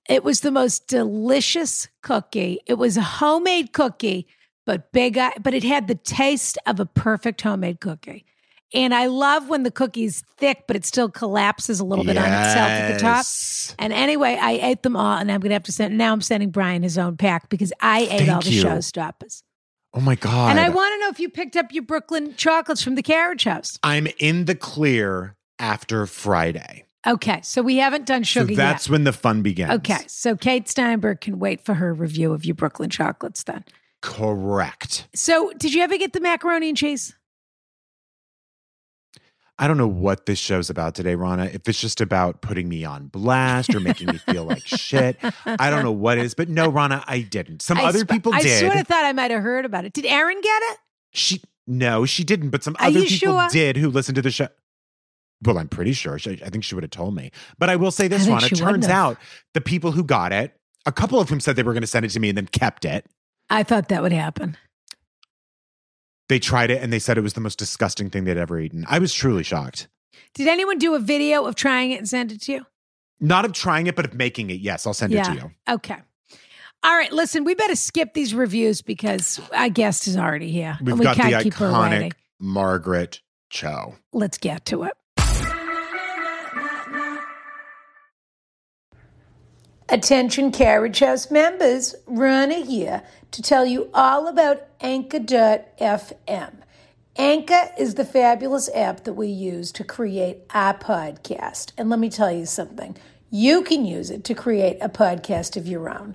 [SPEAKER 1] it was the most delicious cookie. It was a homemade cookie, but big, but it had the taste of a perfect homemade cookie. And I love when the cookie's thick, but it still collapses a little bit on itself at the top.
[SPEAKER 2] Yes.
[SPEAKER 1] And anyway, I ate them all, and I'm gonna have to send. Now I'm sending Brian his own pack because I ate all
[SPEAKER 2] Thank
[SPEAKER 1] the
[SPEAKER 2] you.
[SPEAKER 1] showstoppers.
[SPEAKER 2] Oh my god!
[SPEAKER 1] And I want to know if you picked up your Brooklyn chocolates from the Carriage House.
[SPEAKER 2] I'm in the clear after Friday,
[SPEAKER 1] Okay, so we haven't done
[SPEAKER 2] so
[SPEAKER 1] sugar
[SPEAKER 2] that's when the fun begins.
[SPEAKER 1] yet. Okay, so Kate Steinberg can wait for her review of your Brooklyn chocolates then.
[SPEAKER 2] Correct.
[SPEAKER 1] So, did you ever get the macaroni and cheese?
[SPEAKER 2] I don't know what this show's about today, Rana. If it's just about putting me on blast or making me feel like shit, I don't know what it is. But no, Rana, I didn't. Some
[SPEAKER 1] I
[SPEAKER 2] other
[SPEAKER 1] sp-
[SPEAKER 2] people
[SPEAKER 1] I
[SPEAKER 2] did.
[SPEAKER 1] sort of thought I might have heard about it. Did Aaron get it?
[SPEAKER 2] She no, she didn't. But some
[SPEAKER 1] Are
[SPEAKER 2] other
[SPEAKER 1] you
[SPEAKER 2] people
[SPEAKER 1] sure?
[SPEAKER 2] did who listened to the show. Well, I'm pretty sure. She, I think she would have told me. But I will say
[SPEAKER 1] I
[SPEAKER 2] this,
[SPEAKER 1] think
[SPEAKER 2] Ron.
[SPEAKER 1] she
[SPEAKER 2] It turns
[SPEAKER 1] wouldn't have.
[SPEAKER 2] out the people who got it, a couple of whom said they were going to send it to me and then kept it.
[SPEAKER 1] I thought that would happen.
[SPEAKER 2] They tried it and they said it was the most disgusting thing they'd ever eaten. I was truly shocked.
[SPEAKER 1] Did anyone do a video of trying it and send it to you?
[SPEAKER 2] Not of trying it, but of making it. Yes, I'll send it to you.
[SPEAKER 1] Okay. All right, listen, we better skip these reviews because our guest is already here.
[SPEAKER 2] We've
[SPEAKER 1] and we
[SPEAKER 2] got the
[SPEAKER 1] can't keep her waiting.
[SPEAKER 2] iconic Margaret Cho.
[SPEAKER 1] Let's get to it.
[SPEAKER 3] Attention Carriage House members, Rana here to tell you all about Anchor.fm. Anchor is the fabulous app that we use to create our podcast. And let me tell you something you can use it to create a podcast of your own.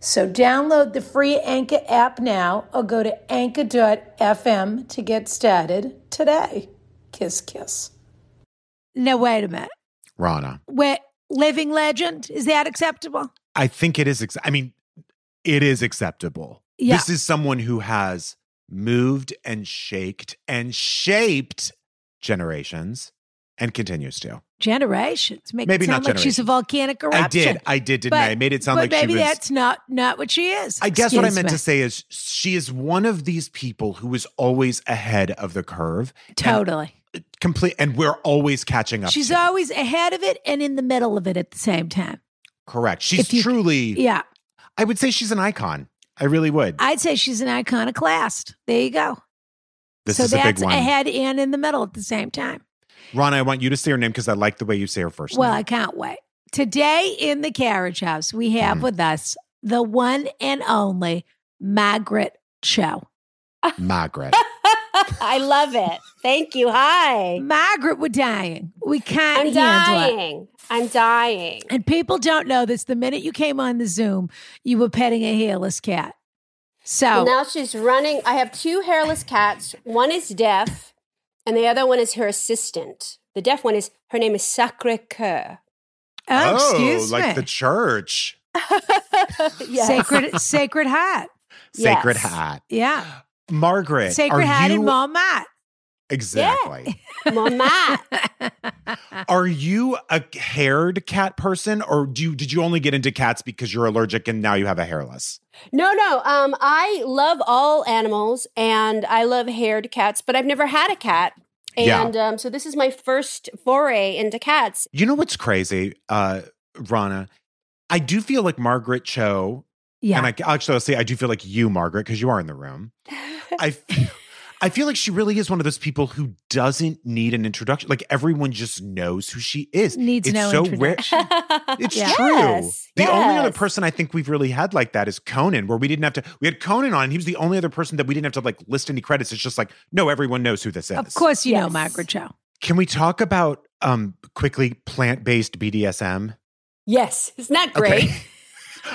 [SPEAKER 3] So download the free Anchor app now or go to anchor.fm to get started today. Kiss, kiss.
[SPEAKER 1] Now, wait a minute.
[SPEAKER 2] Rana.
[SPEAKER 1] Wait, living legend? Is that acceptable?
[SPEAKER 2] I think it is. Ex- I mean, it is acceptable.
[SPEAKER 1] Yeah.
[SPEAKER 2] This is someone who has moved and shaked and shaped generations and continues to.
[SPEAKER 1] Generations. Make
[SPEAKER 2] Maybe
[SPEAKER 1] it sound
[SPEAKER 2] not
[SPEAKER 1] like she's a
[SPEAKER 2] generations.
[SPEAKER 1] volcanic eruption.
[SPEAKER 2] I did. I did, didn't I? I made it sound
[SPEAKER 1] but
[SPEAKER 2] like she
[SPEAKER 1] maybe
[SPEAKER 2] was.
[SPEAKER 1] that's not not what she is.
[SPEAKER 2] I guess what I
[SPEAKER 1] Excuse
[SPEAKER 2] meant
[SPEAKER 1] me.
[SPEAKER 2] to say is she is one of these people who is always ahead of the curve,
[SPEAKER 1] Totally.
[SPEAKER 2] complete, and we're always catching up.
[SPEAKER 1] She's
[SPEAKER 2] to.
[SPEAKER 1] always ahead of it and in the middle of it at the same time.
[SPEAKER 2] correct. She's
[SPEAKER 1] if you-
[SPEAKER 2] truly.
[SPEAKER 1] Yeah.
[SPEAKER 2] I would say she's an icon. I really would.
[SPEAKER 1] I'd say she's an iconoclast. There you go.
[SPEAKER 2] this
[SPEAKER 1] so
[SPEAKER 2] is a
[SPEAKER 1] that's
[SPEAKER 2] big one.
[SPEAKER 1] ahead and in the middle at the same time.
[SPEAKER 2] Ron, I want you to say her name because I like the way you say her first
[SPEAKER 1] Well,
[SPEAKER 2] name.
[SPEAKER 1] I can't wait. Today in the carriage house, we have
[SPEAKER 2] Mhm.
[SPEAKER 1] with us the one and only Margaret Cho.
[SPEAKER 2] Margaret.
[SPEAKER 1] Oh,
[SPEAKER 4] I love it. Thank you. Hi.
[SPEAKER 1] Margaret, we're dying. We can't
[SPEAKER 4] I'm
[SPEAKER 1] handle it.
[SPEAKER 4] dying. I'm dying.
[SPEAKER 1] And people don't know this. The minute you came on the Zoom, you were petting a hairless cat. So
[SPEAKER 4] Well, now she's running. I have two hairless cats. One is deaf, and the other one is her assistant. The deaf one is her name is Sacre Coeur.
[SPEAKER 1] oh, excuse
[SPEAKER 2] like
[SPEAKER 1] me.
[SPEAKER 2] the church.
[SPEAKER 4] yes.
[SPEAKER 1] Sacred Sacred Heart.
[SPEAKER 2] Sacred
[SPEAKER 4] Yes.
[SPEAKER 2] Hat.
[SPEAKER 1] Yeah.
[SPEAKER 2] Margaret.
[SPEAKER 1] Sacred
[SPEAKER 2] are
[SPEAKER 1] Heart
[SPEAKER 2] you,
[SPEAKER 1] and Walmart.
[SPEAKER 2] Exactly.
[SPEAKER 4] Mama.
[SPEAKER 2] Are you a haired cat person or do you, did you only get into cats because you're allergic and now you have a hairless?
[SPEAKER 4] No, no. Um, I love all animals, and I love haired cats, but I've never had a cat.
[SPEAKER 2] Yeah.
[SPEAKER 4] And um, so this is my first foray into cats.
[SPEAKER 2] You know what's crazy, uh, Rana? I do feel like Margaret Cho,
[SPEAKER 1] Yeah.
[SPEAKER 2] and I actually I'll say I do feel like you, Margaret, because you are in the room. I f- I feel like she really is one of those people who doesn't need an introduction. Like everyone just knows who she is.
[SPEAKER 1] Needs
[SPEAKER 2] it's
[SPEAKER 1] no
[SPEAKER 2] so rare.
[SPEAKER 1] introduction.
[SPEAKER 2] It's
[SPEAKER 1] Yeah.
[SPEAKER 2] true.
[SPEAKER 4] Yes,
[SPEAKER 2] The only other
[SPEAKER 4] yes.
[SPEAKER 2] person I think we've really had like that is Conan, where we didn't have to. We had Conan on. And he was the only other person that we didn't have to like list any credits. It's just like no, everyone knows who this is.
[SPEAKER 1] Of course, you know
[SPEAKER 4] Yes.
[SPEAKER 1] Margaret Cho.
[SPEAKER 2] Can we talk about um quickly plant based BDSM?
[SPEAKER 4] Yes, isn't that great?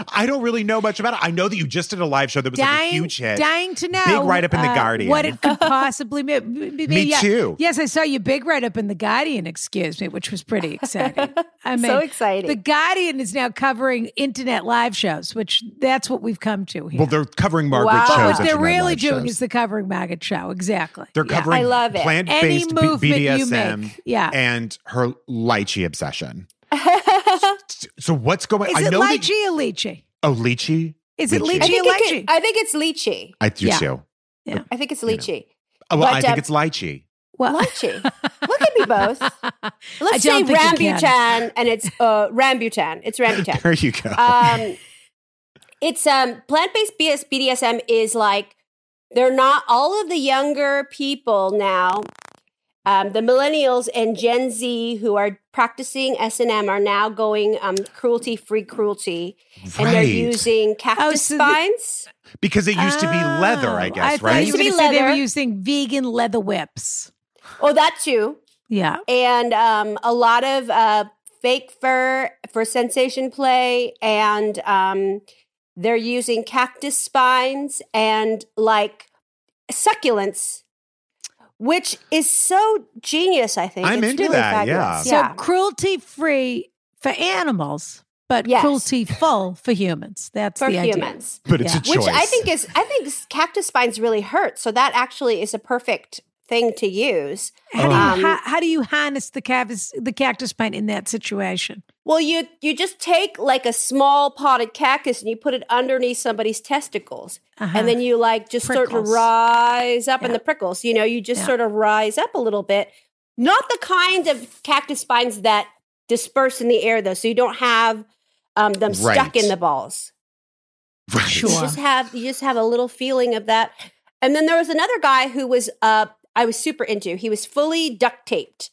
[SPEAKER 2] I don't really know much about it. I know that you just did a live show that was like a huge hit.
[SPEAKER 1] dying to know. uh,
[SPEAKER 2] Big write-up in The Guardian.
[SPEAKER 1] What it could possibly be. be- be-
[SPEAKER 2] Me
[SPEAKER 1] yeah.
[SPEAKER 2] too.
[SPEAKER 1] Yes, I saw you big write up in The Guardian, excuse me, which was pretty exciting. I mean,
[SPEAKER 4] so exciting.
[SPEAKER 1] The Guardian is now covering internet live shows, which that's what we've come to here.
[SPEAKER 2] Well, they're covering Margaret
[SPEAKER 4] Wow.
[SPEAKER 2] Cho.
[SPEAKER 4] But
[SPEAKER 1] but
[SPEAKER 4] shows
[SPEAKER 1] what they're really doing is the covering Margaret show. Exactly.
[SPEAKER 2] they're
[SPEAKER 1] Yeah.
[SPEAKER 2] covering
[SPEAKER 4] I love it.
[SPEAKER 2] plant
[SPEAKER 1] Any
[SPEAKER 2] based
[SPEAKER 1] movement you
[SPEAKER 2] BDSM
[SPEAKER 1] make. Yeah.
[SPEAKER 2] and her lychee obsession. So what's going?
[SPEAKER 1] Is
[SPEAKER 2] I
[SPEAKER 1] it
[SPEAKER 2] know that-
[SPEAKER 1] lychee or lychee?
[SPEAKER 2] oh, lychee.
[SPEAKER 1] Is it
[SPEAKER 2] Lychee.
[SPEAKER 1] lychee
[SPEAKER 4] I think,
[SPEAKER 1] or
[SPEAKER 4] it
[SPEAKER 1] lychee?
[SPEAKER 4] could, I think it's lychee.
[SPEAKER 2] I do
[SPEAKER 1] Yeah.
[SPEAKER 2] too.
[SPEAKER 4] I think it's
[SPEAKER 2] know.
[SPEAKER 4] lychee.
[SPEAKER 2] Oh, well,
[SPEAKER 4] But,
[SPEAKER 2] I think
[SPEAKER 4] uh,
[SPEAKER 2] it's lychee.
[SPEAKER 1] well,
[SPEAKER 4] Lychee. Look at me both.
[SPEAKER 1] I
[SPEAKER 4] Let's say
[SPEAKER 1] don't think you can.
[SPEAKER 4] rambutan, and it's uh, rambutan. It's rambutan.
[SPEAKER 2] There you go.
[SPEAKER 4] um, it's um, plant-based BS, BDSM is like they're not all of the younger people now Um, the millennials and Gen Z who are practicing S and M are now going um, cruelty free cruelty, and they're
[SPEAKER 2] Right.
[SPEAKER 4] using cactus
[SPEAKER 1] Oh, so the-
[SPEAKER 4] spines.
[SPEAKER 2] because it used to be leather, I
[SPEAKER 1] Oh,
[SPEAKER 2] guess,
[SPEAKER 1] thought
[SPEAKER 2] right?
[SPEAKER 1] You
[SPEAKER 4] Used
[SPEAKER 1] were
[SPEAKER 4] to be
[SPEAKER 1] gonna say they were
[SPEAKER 4] leather.
[SPEAKER 1] using vegan leather whips.
[SPEAKER 4] oh, that too.
[SPEAKER 1] Yeah.
[SPEAKER 4] and um, a lot of uh, fake fur for sensation play, and um, they're using cactus spines and like succulents, which is so genius. I think
[SPEAKER 2] I'm
[SPEAKER 4] It's
[SPEAKER 2] into
[SPEAKER 4] really
[SPEAKER 2] that, yeah.
[SPEAKER 4] fabulous.
[SPEAKER 1] So cruelty free for animals, but
[SPEAKER 4] Yes.
[SPEAKER 1] cruelty full for humans. That's
[SPEAKER 4] for
[SPEAKER 1] the idea.
[SPEAKER 4] humans.
[SPEAKER 2] but it's
[SPEAKER 1] Yeah.
[SPEAKER 2] a choice.
[SPEAKER 4] Which I think is, I think cactus spines really hurt. So that actually is a perfect thing to use.
[SPEAKER 1] How, do
[SPEAKER 4] Um,
[SPEAKER 1] you,
[SPEAKER 2] Uh-huh.
[SPEAKER 1] how, how do you harness the cactus, the cactus plant in that situation?
[SPEAKER 4] Well, you you just take like a small potted cactus and you put it underneath somebody's testicles,
[SPEAKER 1] Uh-huh.
[SPEAKER 4] and then you like just sort of
[SPEAKER 1] Prickles.
[SPEAKER 4] rise up, and
[SPEAKER 1] Yeah.
[SPEAKER 4] the prickles. You know, you just
[SPEAKER 1] Yeah.
[SPEAKER 4] sort of rise up a little bit. Not the kind of cactus spines that disperse in the air, though, so you don't have um, them stuck
[SPEAKER 2] Right.
[SPEAKER 4] in the balls.
[SPEAKER 2] Right.
[SPEAKER 1] Sure.
[SPEAKER 4] You just have you just have a little feeling of that. And then there was another guy who was uh I was super into. He was fully duct taped.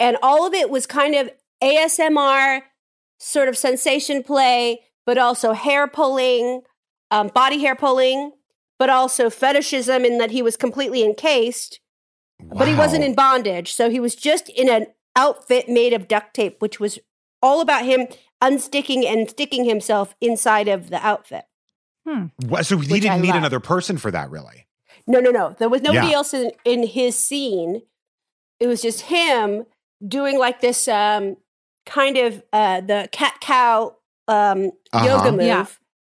[SPEAKER 4] And all of it was kind of ASMR sort of sensation play, but also hair pulling, um, body hair pulling, but also fetishism in that he was completely encased, but he wasn't
[SPEAKER 2] Wow.
[SPEAKER 4] in bondage. So he was just in an outfit made of duct tape, which was all about him unsticking and sticking himself inside of the outfit.
[SPEAKER 2] Wha- So he
[SPEAKER 4] which I
[SPEAKER 2] didn't need
[SPEAKER 4] love.
[SPEAKER 2] another person for that, really.
[SPEAKER 4] No, no, no. There was nobody
[SPEAKER 2] Yeah.
[SPEAKER 4] else in, in his scene. It was just him doing like this um, kind of uh, the cat cow um,
[SPEAKER 2] Uh-huh.
[SPEAKER 4] yoga move,
[SPEAKER 1] Yeah.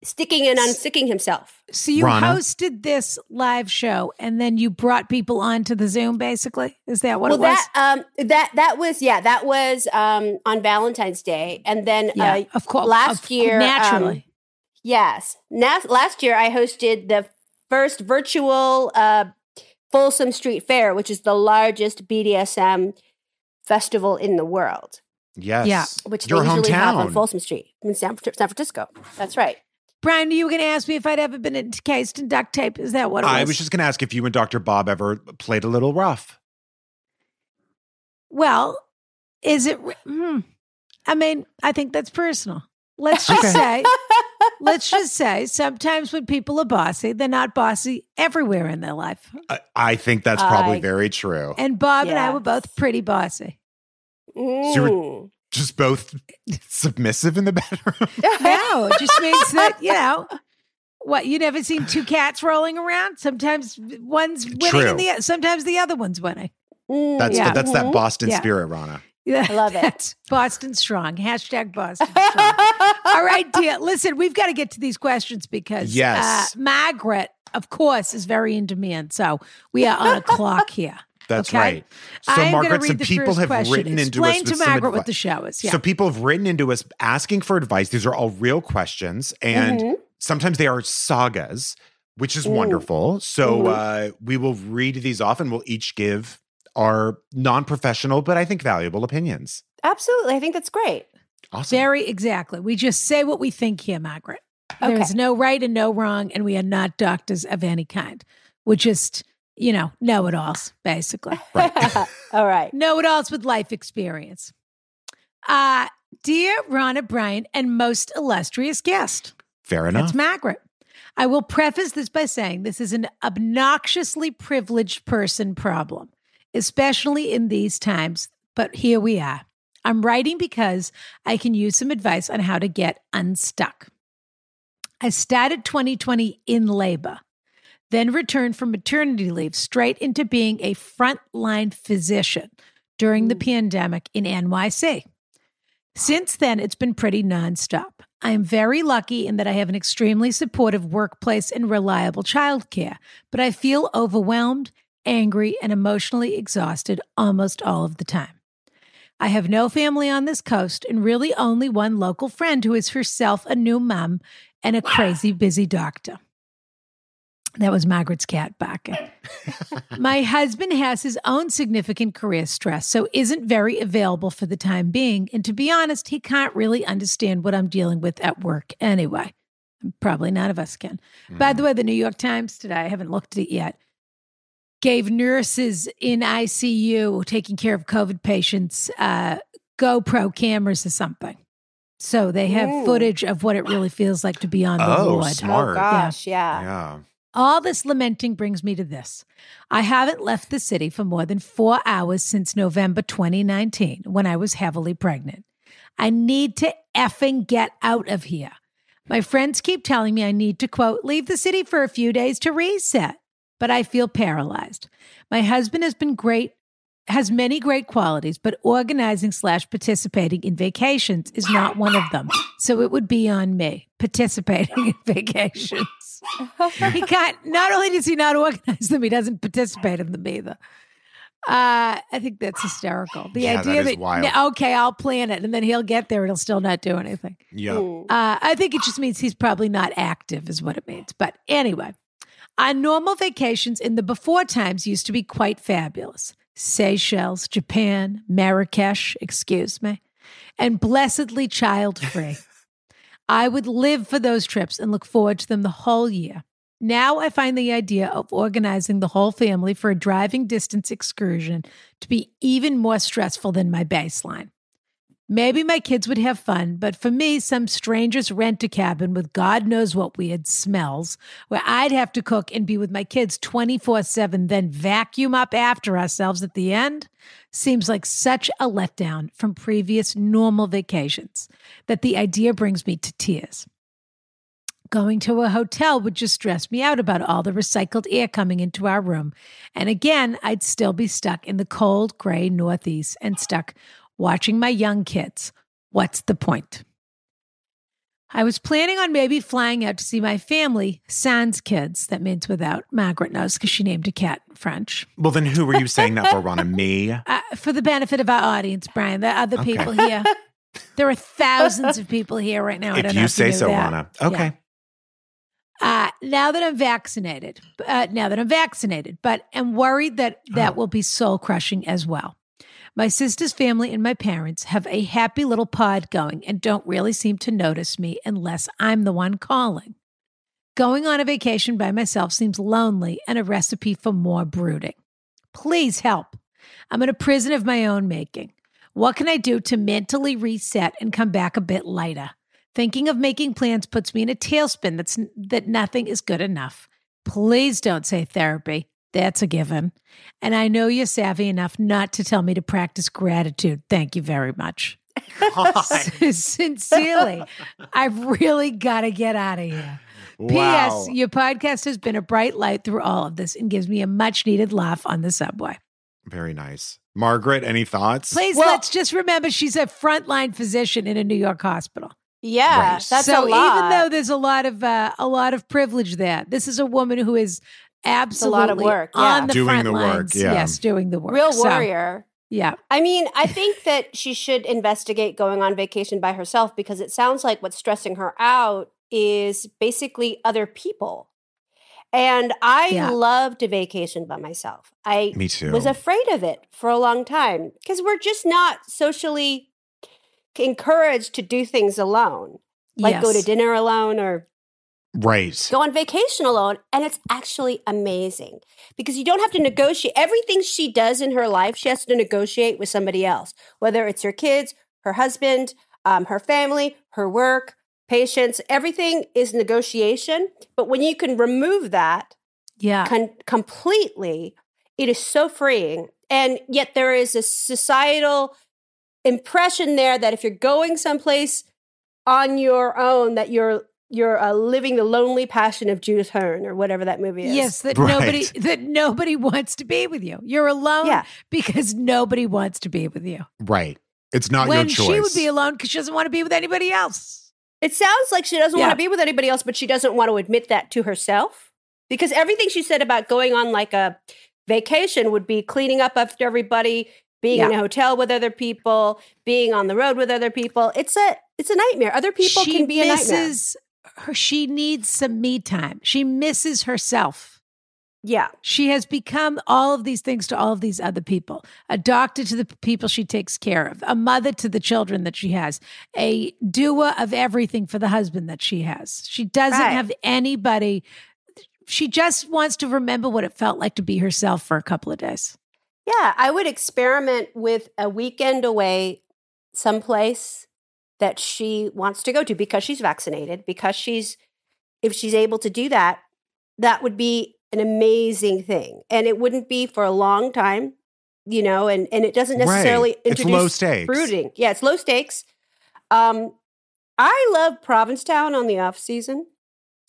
[SPEAKER 4] sticking and unsticking himself.
[SPEAKER 1] So you
[SPEAKER 2] Rana?
[SPEAKER 1] hosted this live show and then you brought people onto the Zoom, basically? Is that what
[SPEAKER 4] well,
[SPEAKER 1] it was?
[SPEAKER 4] that um, that that was yeah, that was um, on Valentine's Day, and then uh,
[SPEAKER 1] of course.
[SPEAKER 4] last
[SPEAKER 1] of-
[SPEAKER 4] year, um,
[SPEAKER 1] Naturally.
[SPEAKER 4] yes, nas- last year I hosted the first virtual uh, Folsom Street Fair, which is the largest BDSM festival in the world.
[SPEAKER 2] Yes.
[SPEAKER 4] which
[SPEAKER 2] Your
[SPEAKER 4] they usually have on
[SPEAKER 2] hometown.
[SPEAKER 4] Folsom Street in San, Fr- San Francisco. That's right.
[SPEAKER 1] Brian, you were going to ask me if I'd ever been encased in duct tape. Is that what it was?
[SPEAKER 2] I was just going to ask if you and Dr. Bob ever played a little rough.
[SPEAKER 1] Well, is it? re- Hmm. I mean, I think that's personal. Let's just
[SPEAKER 2] Okay.
[SPEAKER 1] say, let's just say, sometimes when people are bossy, they're not bossy everywhere in their life.
[SPEAKER 2] I, I think that's probably
[SPEAKER 4] I-
[SPEAKER 2] very true.
[SPEAKER 1] And Bob and I were
[SPEAKER 4] Yes.
[SPEAKER 1] both pretty bossy.
[SPEAKER 2] you were-
[SPEAKER 4] Mm.
[SPEAKER 2] Just both submissive in the bedroom.
[SPEAKER 1] Mm-hmm. No, it just means that you know what. You never seen two cats rolling around. Sometimes one's winning,
[SPEAKER 2] True.
[SPEAKER 1] and the o- sometimes the other one's winning.
[SPEAKER 4] Mm.
[SPEAKER 2] That's
[SPEAKER 1] Yeah. Mm-hmm.
[SPEAKER 2] but that's that
[SPEAKER 4] Mhm.
[SPEAKER 2] Boston
[SPEAKER 1] Yeah.
[SPEAKER 2] spirit, Rana.
[SPEAKER 1] Yeah,
[SPEAKER 4] I love it.
[SPEAKER 1] that's Boston strong. Hashtag Boston strong. All right, dear. Listen, we've got to get to these questions because
[SPEAKER 2] Yes.
[SPEAKER 1] uh, Margaret, of course, is very in demand. So we are on a clock here.
[SPEAKER 2] That's
[SPEAKER 1] Okay.
[SPEAKER 2] right. So
[SPEAKER 1] I'm going to
[SPEAKER 2] Margaret,
[SPEAKER 1] read
[SPEAKER 2] some
[SPEAKER 1] the
[SPEAKER 2] people
[SPEAKER 1] first
[SPEAKER 2] have
[SPEAKER 1] question.
[SPEAKER 2] written into us
[SPEAKER 1] Explain
[SPEAKER 2] with
[SPEAKER 1] to
[SPEAKER 2] some
[SPEAKER 1] Margaret
[SPEAKER 2] advi-
[SPEAKER 1] what the show is. Yeah.
[SPEAKER 2] So people have written into us asking for advice. These are all real questions, and
[SPEAKER 1] Mm-hmm.
[SPEAKER 4] Mm-hmm.
[SPEAKER 2] sometimes they are sagas, which is wonderful. So
[SPEAKER 1] Mm-hmm.
[SPEAKER 2] uh, we will read these off, and we'll each give our non-professional, but I think valuable opinions.
[SPEAKER 4] Absolutely. I think that's great.
[SPEAKER 2] Awesome.
[SPEAKER 1] very exactly. We just say what we think here, Margaret.
[SPEAKER 4] Okay.
[SPEAKER 1] There's no right and no wrong, and we are not doctors of any kind. We're just, you know, know it alls, basically.
[SPEAKER 4] All right.
[SPEAKER 1] Know it alls with life experience. Uh, dear Ronna Bryan and most illustrious guest.
[SPEAKER 2] Fair
[SPEAKER 1] That's
[SPEAKER 2] enough.
[SPEAKER 1] Margaret. I will preface this by saying this is an obnoxiously privileged person problem, especially in these times, but here we are. I'm writing because I can use some advice on how to get unstuck. I started 2020 in labor, then returned from maternity leave straight into being a frontline physician during the pandemic in NYC. Since then, it's been pretty nonstop. I am very lucky in that I have an extremely supportive workplace and reliable childcare, but I feel overwhelmed, angry, and emotionally exhausted almost all of the time. I have no family on this coast and really only one local friend who is herself a new mom and a crazy busy doctor. That was Margaret's cat barking. My husband has his own significant career stress, so isn't very available for the time being. And to be honest, he can't really understand what I'm dealing with at work anyway.
[SPEAKER 2] Mm.
[SPEAKER 1] Probably none of us can. By the way, the New York Times today, I haven't looked at it yet, gave nurses in ICU taking care of COVID patients uh, GoPro cameras or something. So they have
[SPEAKER 4] Ooh.
[SPEAKER 1] footage of what it really feels like to be on the
[SPEAKER 2] Oh,
[SPEAKER 1] ward.
[SPEAKER 2] smart. Hard.
[SPEAKER 4] Oh gosh, yeah.
[SPEAKER 2] yeah.
[SPEAKER 1] All this lamenting brings me to this. I haven't left the city for more than four hours since November 2019 when I was heavily pregnant. I need to effing get out of here. My friends keep telling me I need to, quote, leave the city for a few days to reset, but I feel paralyzed. My husband has been great, has many great qualities, but organizing slash participating in vacations is not one of them. So it would be on me participating in vacations. he can't, not only does he not organize them, he doesn't participate in them either. Uh, I think that's hysterical. The
[SPEAKER 2] Yeah, that
[SPEAKER 1] idea
[SPEAKER 2] is wild.
[SPEAKER 1] okay, I'll plan it, and then he'll get there and he'll still not do anything.
[SPEAKER 2] Yeah.
[SPEAKER 4] Mm.
[SPEAKER 1] Uh, I think it just means he's probably not active, is what it means. But anyway, our normal vacations in the before times used to be quite fabulous Seychelles, Japan, Marrakesh, excuse me, and blessedly child free. I would live for those trips and look forward to them the whole year. Now I find the idea of organizing the whole family for a driving distance excursion to be even more stressful than my baseline. Maybe my kids would have fun, but for me, some strangers rent a cabin with God knows what weird smells where I'd have to cook and be with my kids 24 7, then vacuum up after ourselves at the end seems like such a letdown from previous normal vacations that the idea brings me to tears. Going to a hotel would just stress me out about all the recycled air coming into our room. And again, I'd still be stuck in the cold, gray Northeast and stuck watching my young kids. What's the point? I was planning on maybe flying out to see my family, sans kids. That means without Margaret knows because she named a cat in French.
[SPEAKER 2] Well, then who were you saying that for, Ronna? Me?
[SPEAKER 1] Uh, for the benefit of our audience, Brian, there are other
[SPEAKER 2] Okay.
[SPEAKER 1] people here. There are thousands of people here right now. I
[SPEAKER 2] if
[SPEAKER 1] don't know
[SPEAKER 2] you
[SPEAKER 1] you
[SPEAKER 2] say
[SPEAKER 1] knew
[SPEAKER 2] so,
[SPEAKER 1] that.
[SPEAKER 2] Ronna. Okay.
[SPEAKER 1] Uh, now that I'm vaccinated, uh, now that I'm vaccinated, but am worried that that
[SPEAKER 2] Oh.
[SPEAKER 1] will be soul crushing as well. My sister's family and my parents have a happy little pod going and don't really seem to notice me unless I'm the one calling. Going on a vacation by myself seems lonely and a recipe for more brooding. Please help. I'm in a prison of my own making. What can I do to mentally reset and come back a bit lighter? Thinking of making plans puts me in a tailspin that's that nothing is good enough. Please don't say therapy. That's a given. And I know you're savvy enough not to tell me to practice gratitude. Thank you very much.
[SPEAKER 2] God.
[SPEAKER 1] Sincerely, I've really got to get out of here.
[SPEAKER 2] Wow.
[SPEAKER 1] P.S. Your podcast has been a bright light through all of this and gives me a much needed laugh on the subway.
[SPEAKER 2] Very nice. Margaret, any thoughts?
[SPEAKER 1] Please
[SPEAKER 4] Well-
[SPEAKER 1] let's just remember she's a frontline physician in a New York hospital.
[SPEAKER 4] Yeah,
[SPEAKER 2] Right.
[SPEAKER 4] that's
[SPEAKER 1] so
[SPEAKER 4] a lot.
[SPEAKER 1] even though there's a lot of uh, a lot
[SPEAKER 5] privilege there. This is a woman who is
[SPEAKER 4] it's a lot of
[SPEAKER 5] absolutely
[SPEAKER 4] work, yeah.
[SPEAKER 5] on the
[SPEAKER 2] Doing
[SPEAKER 5] front
[SPEAKER 2] the work,
[SPEAKER 5] lines.
[SPEAKER 2] yeah.
[SPEAKER 5] Yes, doing the work.
[SPEAKER 4] real
[SPEAKER 5] So,
[SPEAKER 4] warrior.
[SPEAKER 5] yeah.
[SPEAKER 4] I mean, I think that she should investigate going on vacation by herself because it sounds like what's stressing her out is basically other people. And I
[SPEAKER 5] Yeah.
[SPEAKER 4] loved a vacation by myself. I
[SPEAKER 2] Me too.
[SPEAKER 4] was afraid of it for a long time because we're just not socially encouraged to do things alone, like go to
[SPEAKER 5] Yes.
[SPEAKER 4] dinner alone or
[SPEAKER 2] right.
[SPEAKER 4] go on vacation alone and it's actually amazing because you don't have to negotiate everything she does in her life she has to negotiate with somebody else whether it's her kids her husband um, her family her work patients everything is negotiation but when you can remove that
[SPEAKER 1] Uh
[SPEAKER 5] Yeah.
[SPEAKER 4] con- completely it is so freeing and yet there is a societal impression there that if you're going someplace on your own that you're you're uh, living the lonely passion of Judith Hearn or whatever that movie is.
[SPEAKER 5] Yes, that
[SPEAKER 2] Right.
[SPEAKER 5] nobody that nobody wants to be with you. You're alone
[SPEAKER 4] Yeah.
[SPEAKER 5] because nobody wants to be with you.
[SPEAKER 2] Right. It's not
[SPEAKER 5] when
[SPEAKER 2] your choice.
[SPEAKER 5] she would be alone because she doesn't want to be with anybody else.
[SPEAKER 4] It sounds like she doesn't
[SPEAKER 5] Yeah.
[SPEAKER 4] want to be with anybody else, but she doesn't want to admit that to herself because everything she said about going on like a vacation would be cleaning up after everybody, being in a hotel with other people, being on the road with other people. It's a it's a nightmare. Other people
[SPEAKER 5] she
[SPEAKER 4] can be a nightmare.
[SPEAKER 5] misses her she needs some me time. She misses herself.
[SPEAKER 4] Yeah.
[SPEAKER 5] She has become all of these things to all of these other people a doctor to the people she takes care of, a mother to the children that she has, a doer of everything for the husband that she has. She doesn't
[SPEAKER 4] Right.
[SPEAKER 5] have anybody.
[SPEAKER 1] she just wants to remember what it felt like to be herself for a couple of days.
[SPEAKER 4] Yeah, I would experiment with a weekend away someplace that she wants to go to because she's vaccinated, because she's, if she's able to do that, that would be an amazing thing. And it wouldn't be for a long time, you know, and, and it doesn't necessarily
[SPEAKER 2] Right. It's low stakes.
[SPEAKER 4] brooding. Yeah, it's low stakes. Um, I love Provincetown on the off season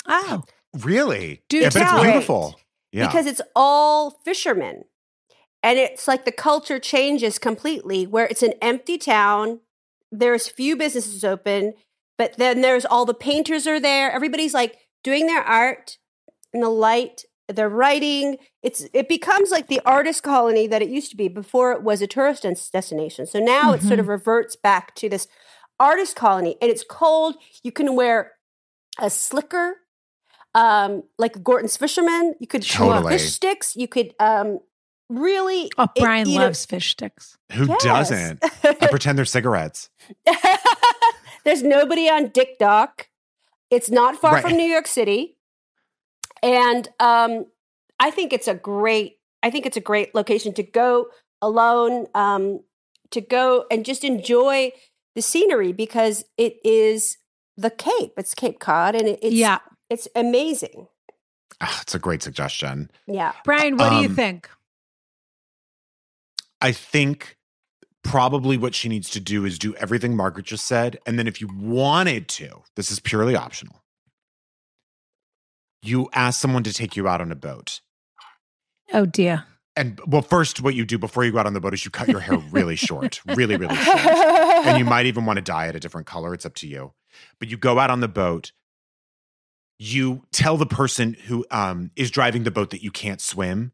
[SPEAKER 1] Oh,
[SPEAKER 2] Really?
[SPEAKER 1] Do
[SPEAKER 2] yeah, but
[SPEAKER 4] tell.
[SPEAKER 2] it's beautiful. Yeah.
[SPEAKER 4] because it's all fishermen. And it's like the culture changes completely where it's an empty town. There's few businesses open, but then there's all the painters are there. Everybody's like doing their art in the light. They're writing. It's it becomes like the artist colony that it used to be before it was a tourist des- destination. So now it sort of reverts back to this artist colony and it's cold. You can wear a slicker um like Gorton's fisherman. You could
[SPEAKER 2] Totally.
[SPEAKER 4] fish sticks. You could um really
[SPEAKER 1] oh
[SPEAKER 4] it-
[SPEAKER 1] Brian
[SPEAKER 4] you know-
[SPEAKER 1] loves fish sticks.
[SPEAKER 2] Who
[SPEAKER 4] Yes.
[SPEAKER 2] doesn't? I pretend they're cigarettes.
[SPEAKER 4] There's nobody on Dick Dock. It's not far
[SPEAKER 2] Right.
[SPEAKER 4] from New York City. And um, I think it's a great I think it's a great location to go alone, um, to go and just enjoy the scenery because it is the Cape. It's Cape Cod and it, it's
[SPEAKER 1] yeah,
[SPEAKER 4] it's amazing.
[SPEAKER 2] Ah, it's a great suggestion.
[SPEAKER 4] Yeah.
[SPEAKER 1] Brian, what do you
[SPEAKER 2] um,
[SPEAKER 1] think?
[SPEAKER 2] I think probably what she needs to do is do everything Margaret just said. And then if you wanted to, this is purely optional, you ask someone to take you out on a boat.
[SPEAKER 1] Oh dear.
[SPEAKER 2] And well, first, what you do before you go out on the boat is you cut your hair really short, really, really short. and you might even want to dye it a different color. It's up to you. But you go out on the boat. You tell the person who um, is driving the boat that you can't swim,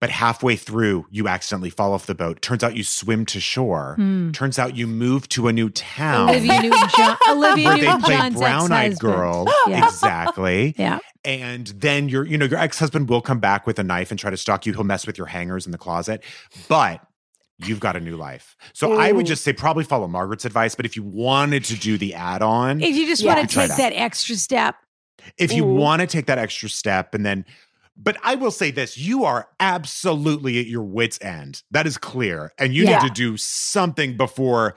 [SPEAKER 2] but halfway through you accidentally fall off the boat. Turns out you swim to shore.
[SPEAKER 1] Hmm.
[SPEAKER 2] Turns out you move to a new town
[SPEAKER 1] Olivia Newton-John. Olivia
[SPEAKER 2] where they play
[SPEAKER 1] Newton-John's
[SPEAKER 2] Brown Eyed
[SPEAKER 1] ex-husband.
[SPEAKER 2] Girl.
[SPEAKER 1] Yeah.
[SPEAKER 2] Exactly.
[SPEAKER 1] Yeah.
[SPEAKER 2] And then your, you know, your ex-husband will come back with a knife and try to stalk you. He'll mess with your hangers in the closet, but you've got a new life. So I would
[SPEAKER 4] Ooh.
[SPEAKER 2] just say probably follow Margaret's advice. But if you wanted to do the add-on,
[SPEAKER 1] If you just
[SPEAKER 4] Yeah.
[SPEAKER 1] want to
[SPEAKER 2] Try
[SPEAKER 1] take
[SPEAKER 2] it out.
[SPEAKER 1] that extra step,
[SPEAKER 2] if you
[SPEAKER 4] Ooh.
[SPEAKER 2] want to take that extra step, and then, but I will say this: you are absolutely at your wits' end. That is clear, and you
[SPEAKER 4] Yeah.
[SPEAKER 2] need to do something before.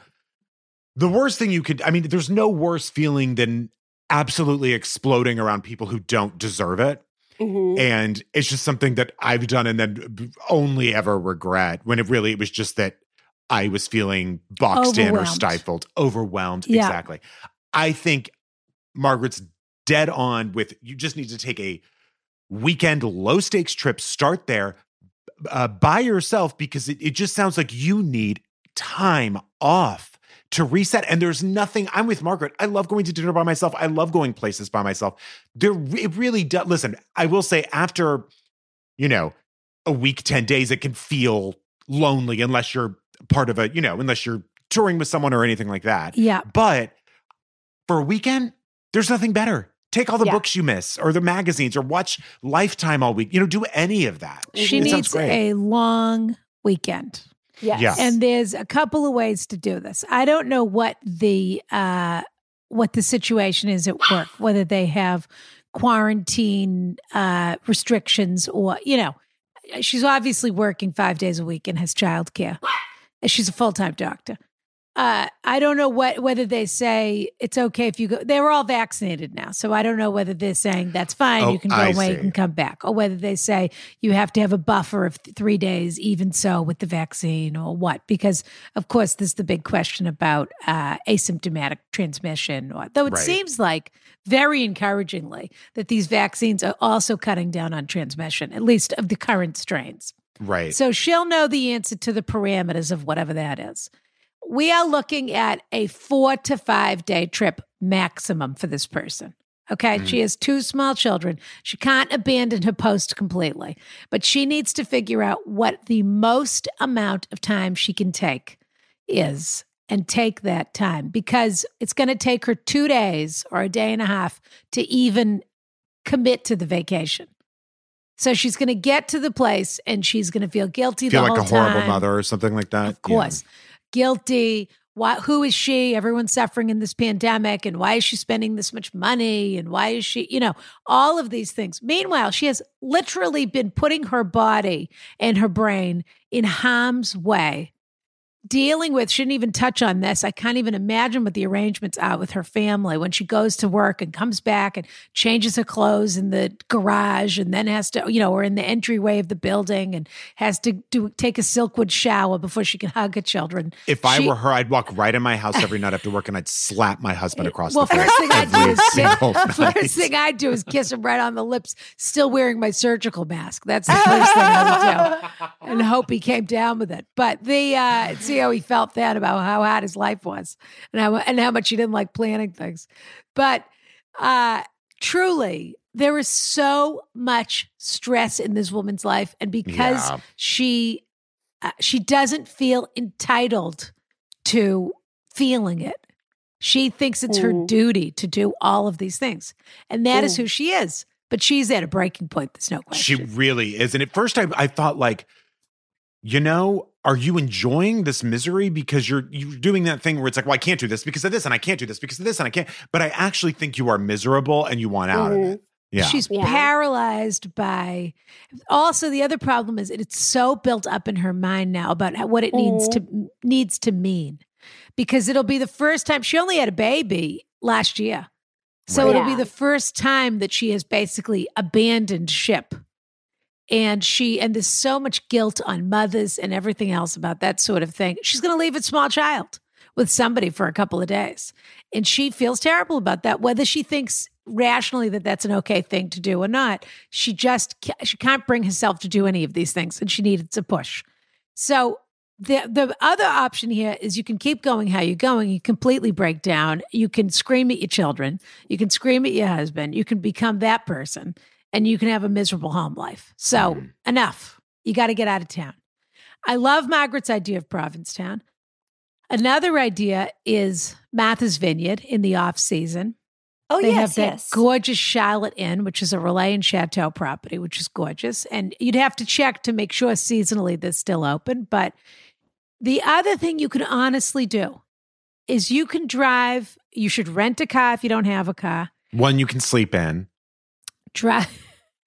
[SPEAKER 2] The worst thing you could, I mean, there's no worse feeling than absolutely exploding around people who don't deserve it.
[SPEAKER 4] Mhm.
[SPEAKER 1] Mm-hmm.
[SPEAKER 2] And it's just something that I've done and then only ever regret when it really it was just that I was feeling boxed in or
[SPEAKER 1] Overwhelmed.
[SPEAKER 2] stifled, overwhelmed.
[SPEAKER 1] Yeah.
[SPEAKER 2] Exactly. I think Margaret's dead on with you just need to take a weekend low stakes trip, start there uh, by yourself because it, it just sounds like you need time off to reset. And there's nothing, I'm with Margaret. I love going to dinner by myself. I love going places by myself. There, it really does. Listen, I will say after, you know, a week, 10 days, it can feel lonely unless you're part of a, you know, unless you're touring with someone or anything like that.
[SPEAKER 1] yeah.
[SPEAKER 2] But for a weekend, there's nothing better. Take all the
[SPEAKER 4] Yeah.
[SPEAKER 2] books you miss or the magazines or watch Lifetime all week. You know, do any of that.
[SPEAKER 1] She
[SPEAKER 2] It sounds
[SPEAKER 1] needs
[SPEAKER 2] great.
[SPEAKER 1] a long weekend.
[SPEAKER 4] Yes.
[SPEAKER 2] Yeah.
[SPEAKER 1] And there's a couple of ways to do this. I don't know what the uh what the situation is at work, whether they have quarantine uh restrictions or, you know, she's obviously working 5 days a week and has childcare. She's a full-time doctor. Uh, I don't know what whether they say it's okay if you go. They're all vaccinated now, so I don't know whether they're saying that's fine.
[SPEAKER 2] Oh,
[SPEAKER 1] you can go
[SPEAKER 2] I
[SPEAKER 1] away, you
[SPEAKER 2] see.
[SPEAKER 1] can come back, or whether they say you have to have a buffer of th- three days, even so with the vaccine or what. Because of course, there's the big question about uh, asymptomatic transmission. Or, though it
[SPEAKER 2] Right.
[SPEAKER 1] seems like very encouragingly that these vaccines are also cutting down on transmission, at least of the current strains.
[SPEAKER 2] Right.
[SPEAKER 1] So she'll know the answer to the parameters of whatever that is. We are looking at a four to five day trip maximum for this person. Okay. She has two small children. She can't abandon her post completely, but she needs to figure out what the most amount of time she can take is and take that time because it's going to take her two days or a day and a half to even commit to the vacation. So she's going to get to the place and she's going to feel guilty
[SPEAKER 2] feel
[SPEAKER 1] the
[SPEAKER 2] like
[SPEAKER 1] whole
[SPEAKER 2] a horrible
[SPEAKER 1] time.
[SPEAKER 2] mother or something like that.
[SPEAKER 1] Of course. Guilty, why, who is she? Everyone's suffering in this pandemic. And why is she spending this much money? And why is she, you know, all of these things. Meanwhile, she has literally been putting her body and her brain in harm's way dealing with shouldn't even touch on this i can't even imagine what the arrangements are with her family when she goes to work and comes back and changes her clothes in the garage and then has to you know or in the entryway of the building and has to do take a silkwood shower before she can hug her children
[SPEAKER 2] If I
[SPEAKER 1] She-
[SPEAKER 2] were her, I'd walk right in my house every night after work and I'd slap my husband across
[SPEAKER 1] well
[SPEAKER 2] the face.
[SPEAKER 1] first thing i do
[SPEAKER 2] every
[SPEAKER 1] is
[SPEAKER 2] single night.
[SPEAKER 1] first thing i do is kiss him right on the lips still wearing my surgical mask that's the first thing i would do and hope he came down with it. But the uh, see how he felt then about how hard his life was and how and how much he didn't like planning things. But uh, truly, there is so much stress in this woman's life, and because
[SPEAKER 2] Yeah.
[SPEAKER 1] she uh, she doesn't feel entitled to feeling it. She thinks it's her
[SPEAKER 4] Mm.
[SPEAKER 1] duty to do all of these things, and that is who she is. But she's at a breaking point. There's no
[SPEAKER 2] She
[SPEAKER 1] question.
[SPEAKER 2] really is. And at first I, I thought like, you know, are you enjoying this misery because you're you're doing that thing where it's like, well, I can't do this because of this, and I can't do this because of this, and I can't. But I actually think you are miserable and you want out of it. Yeah.
[SPEAKER 1] Mm-hmm. She's
[SPEAKER 4] Yeah.
[SPEAKER 1] paralyzed by. Also, the other problem is it's so built up in her mind now about how- what it needs
[SPEAKER 4] Mm.
[SPEAKER 1] to needs to mean, because it'll be the first time she only had a baby last year, so
[SPEAKER 2] Right.
[SPEAKER 1] it'll be
[SPEAKER 4] Yeah.
[SPEAKER 1] the first time that she has basically abandoned ship, and she and there's so much guilt on mothers and everything else about that sort of thing. She's going to leave a small child with somebody for a couple of days. And she feels terrible about that, whether she thinks rationally that that's an okay thing to do or not. She just ca- she can't bring herself to do any of these things, and she needed to push. So the the other option here is you can keep going how you're going. You completely break down. You can scream at your children. You can scream at your husband. You can become that person, and you can have a miserable home life. So enough. You got to get out of town. I love Margaret's idea of Provincetown. Another idea is Martha's Vineyard in the off season.
[SPEAKER 4] Oh
[SPEAKER 1] they
[SPEAKER 4] yes,
[SPEAKER 1] have that
[SPEAKER 4] yes.
[SPEAKER 1] gorgeous Charlotte Inn, which is a Relais and Chateau property, which is gorgeous. And you'd have to check to make sure seasonally they're still open. But the other thing you can honestly do is you can drive. You should rent a car if you don't have a car.
[SPEAKER 2] One you can sleep in.
[SPEAKER 1] Drive.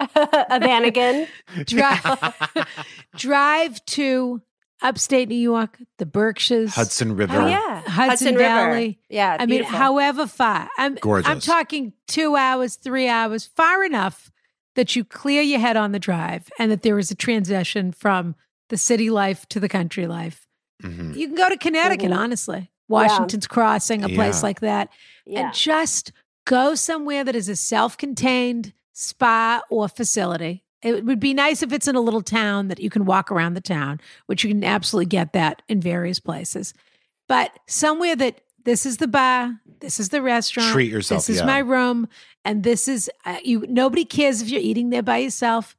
[SPEAKER 4] a Vanagon.
[SPEAKER 1] Drive. drive to upstate New York, the Berkshires,
[SPEAKER 2] Hudson River.
[SPEAKER 4] Oh yeah,
[SPEAKER 1] Hudson
[SPEAKER 4] River.
[SPEAKER 1] Valley.
[SPEAKER 4] Yeah,
[SPEAKER 1] I mean,
[SPEAKER 4] beautiful.
[SPEAKER 1] however far. I'm I'm
[SPEAKER 2] Gorgeous.
[SPEAKER 1] talking two hours, three hours, far enough that you clear your head on the drive and that there is a transition from the city life to the country life.
[SPEAKER 2] Mhm.
[SPEAKER 1] You can go to Connecticut,
[SPEAKER 4] Mhm.
[SPEAKER 1] honestly. Washington's Crossing, a place
[SPEAKER 2] Yeah.
[SPEAKER 1] like that.
[SPEAKER 4] yeah.
[SPEAKER 1] And just go somewhere that is a self-contained spa or facility. It would be nice if it's in a little town that you can walk around the town, which you can absolutely get that in various places. But somewhere that this is the bar, this is the restaurant,
[SPEAKER 2] Treat yourself,
[SPEAKER 1] This is
[SPEAKER 2] yeah.
[SPEAKER 1] my room, and this is uh, you. Nobody cares if you're eating there by yourself.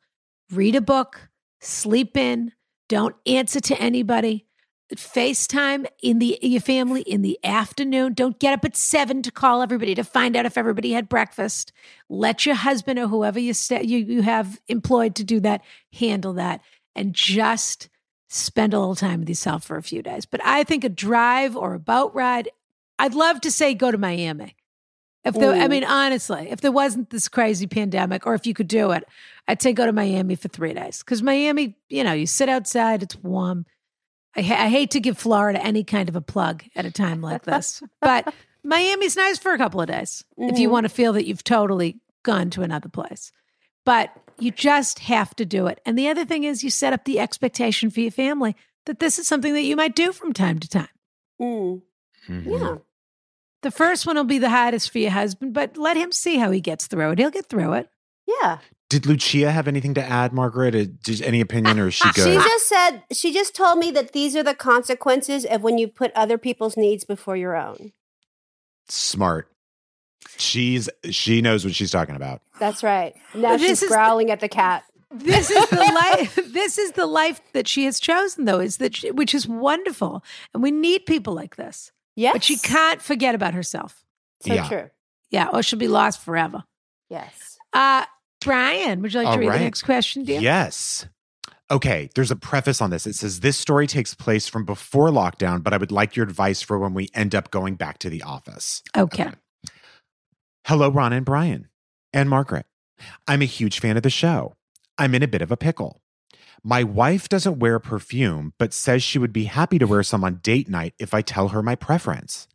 [SPEAKER 1] Read a book, sleep in, don't answer to anybody. FaceTime in the your family in the afternoon. Don't get up at seven to call everybody to find out if everybody had breakfast. Let your husband or whoever you sta you, you have employed to do that handle that, and just spend a little time with yourself for a few days. But I think a drive or a boat ride. I'd love to say go to Miami. If there, I
[SPEAKER 4] Ooh.
[SPEAKER 1] mean, honestly, if there wasn't this crazy pandemic, or if you could do it, I'd say go to Miami for three days because Miami, you know, you sit outside, it's warm. I, ha- I hate to give Florida any kind of a plug at a time like this, but Miami's nice for a couple of days if you
[SPEAKER 4] Mhm.
[SPEAKER 1] want to feel that you've totally gone to another place. But you just have to do it. And the other thing is, you set up the expectation for your family that this is something that you might do from time to time.
[SPEAKER 4] Mm.
[SPEAKER 2] Mhm.
[SPEAKER 1] Mm-hmm.
[SPEAKER 4] Yeah.
[SPEAKER 1] The first one will be the hardest for your husband, but let him see how he gets through it. He'll get through it.
[SPEAKER 4] Yeah.
[SPEAKER 2] Did Lucia have anything to add, Margaret? Uh, Did, any opinion, or is she
[SPEAKER 4] She
[SPEAKER 2] good?
[SPEAKER 4] just said she just told me that these are the consequences of when you put other people's needs before your own.
[SPEAKER 2] Smart. She's she knows what she's talking about.
[SPEAKER 4] That's right. Now
[SPEAKER 1] This
[SPEAKER 4] she's
[SPEAKER 1] is-
[SPEAKER 4] growling at the cat.
[SPEAKER 1] This is the life. This is the life that she has chosen, though, is that she, which is wonderful, and we need people like this.
[SPEAKER 4] Yes.
[SPEAKER 1] But she can't forget about herself.
[SPEAKER 4] So
[SPEAKER 2] Yeah.
[SPEAKER 4] true.
[SPEAKER 1] Yeah, or she'll be lost forever.
[SPEAKER 4] Yes.
[SPEAKER 1] Uh, Brian, would you like
[SPEAKER 2] All
[SPEAKER 1] to read
[SPEAKER 2] right.
[SPEAKER 1] the next question, dear?
[SPEAKER 2] Yes. Okay, there's a preface on this. It says this story takes place from before lockdown, but I would like your advice for when we end up going back to the office.
[SPEAKER 1] Okay.
[SPEAKER 2] Hello, Ron and Brian and Margaret. I'm a huge fan of the show. I'm in a bit of a pickle. My wife doesn't wear perfume, but says she would be happy to wear some on date night if I tell her my preference.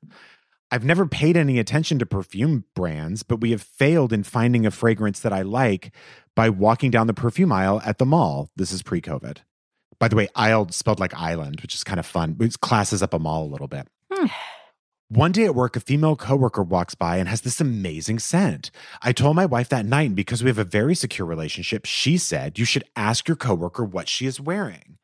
[SPEAKER 2] I've never paid any attention to perfume brands, but we have failed in finding a fragrance that I like by walking down the perfume aisle at the mall. This is pre COVID. By the way, aisle spelled like island, which is kind of fun. It classes up a mall a little bit. One day at work, a female coworker walks by and has this amazing scent. I told my wife that night, and because we have a very secure relationship, she said, You should ask your coworker what she is wearing.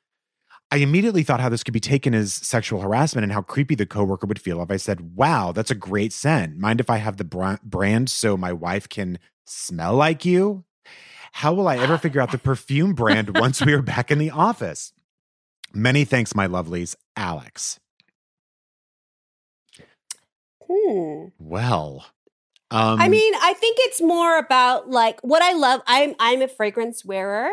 [SPEAKER 2] I immediately thought how this could be taken as sexual harassment and how creepy the coworker would feel if I said, Wow, that's a great scent. Mind if I have the bra- brand so my wife can smell like you? How will I ever figure out the perfume brand once we are back in the office? Many thanks, my lovelies. Alex.
[SPEAKER 4] Hmm.
[SPEAKER 2] Well, um,
[SPEAKER 4] I mean, I think it's more about like what I love. I'm I'm a fragrance wearer.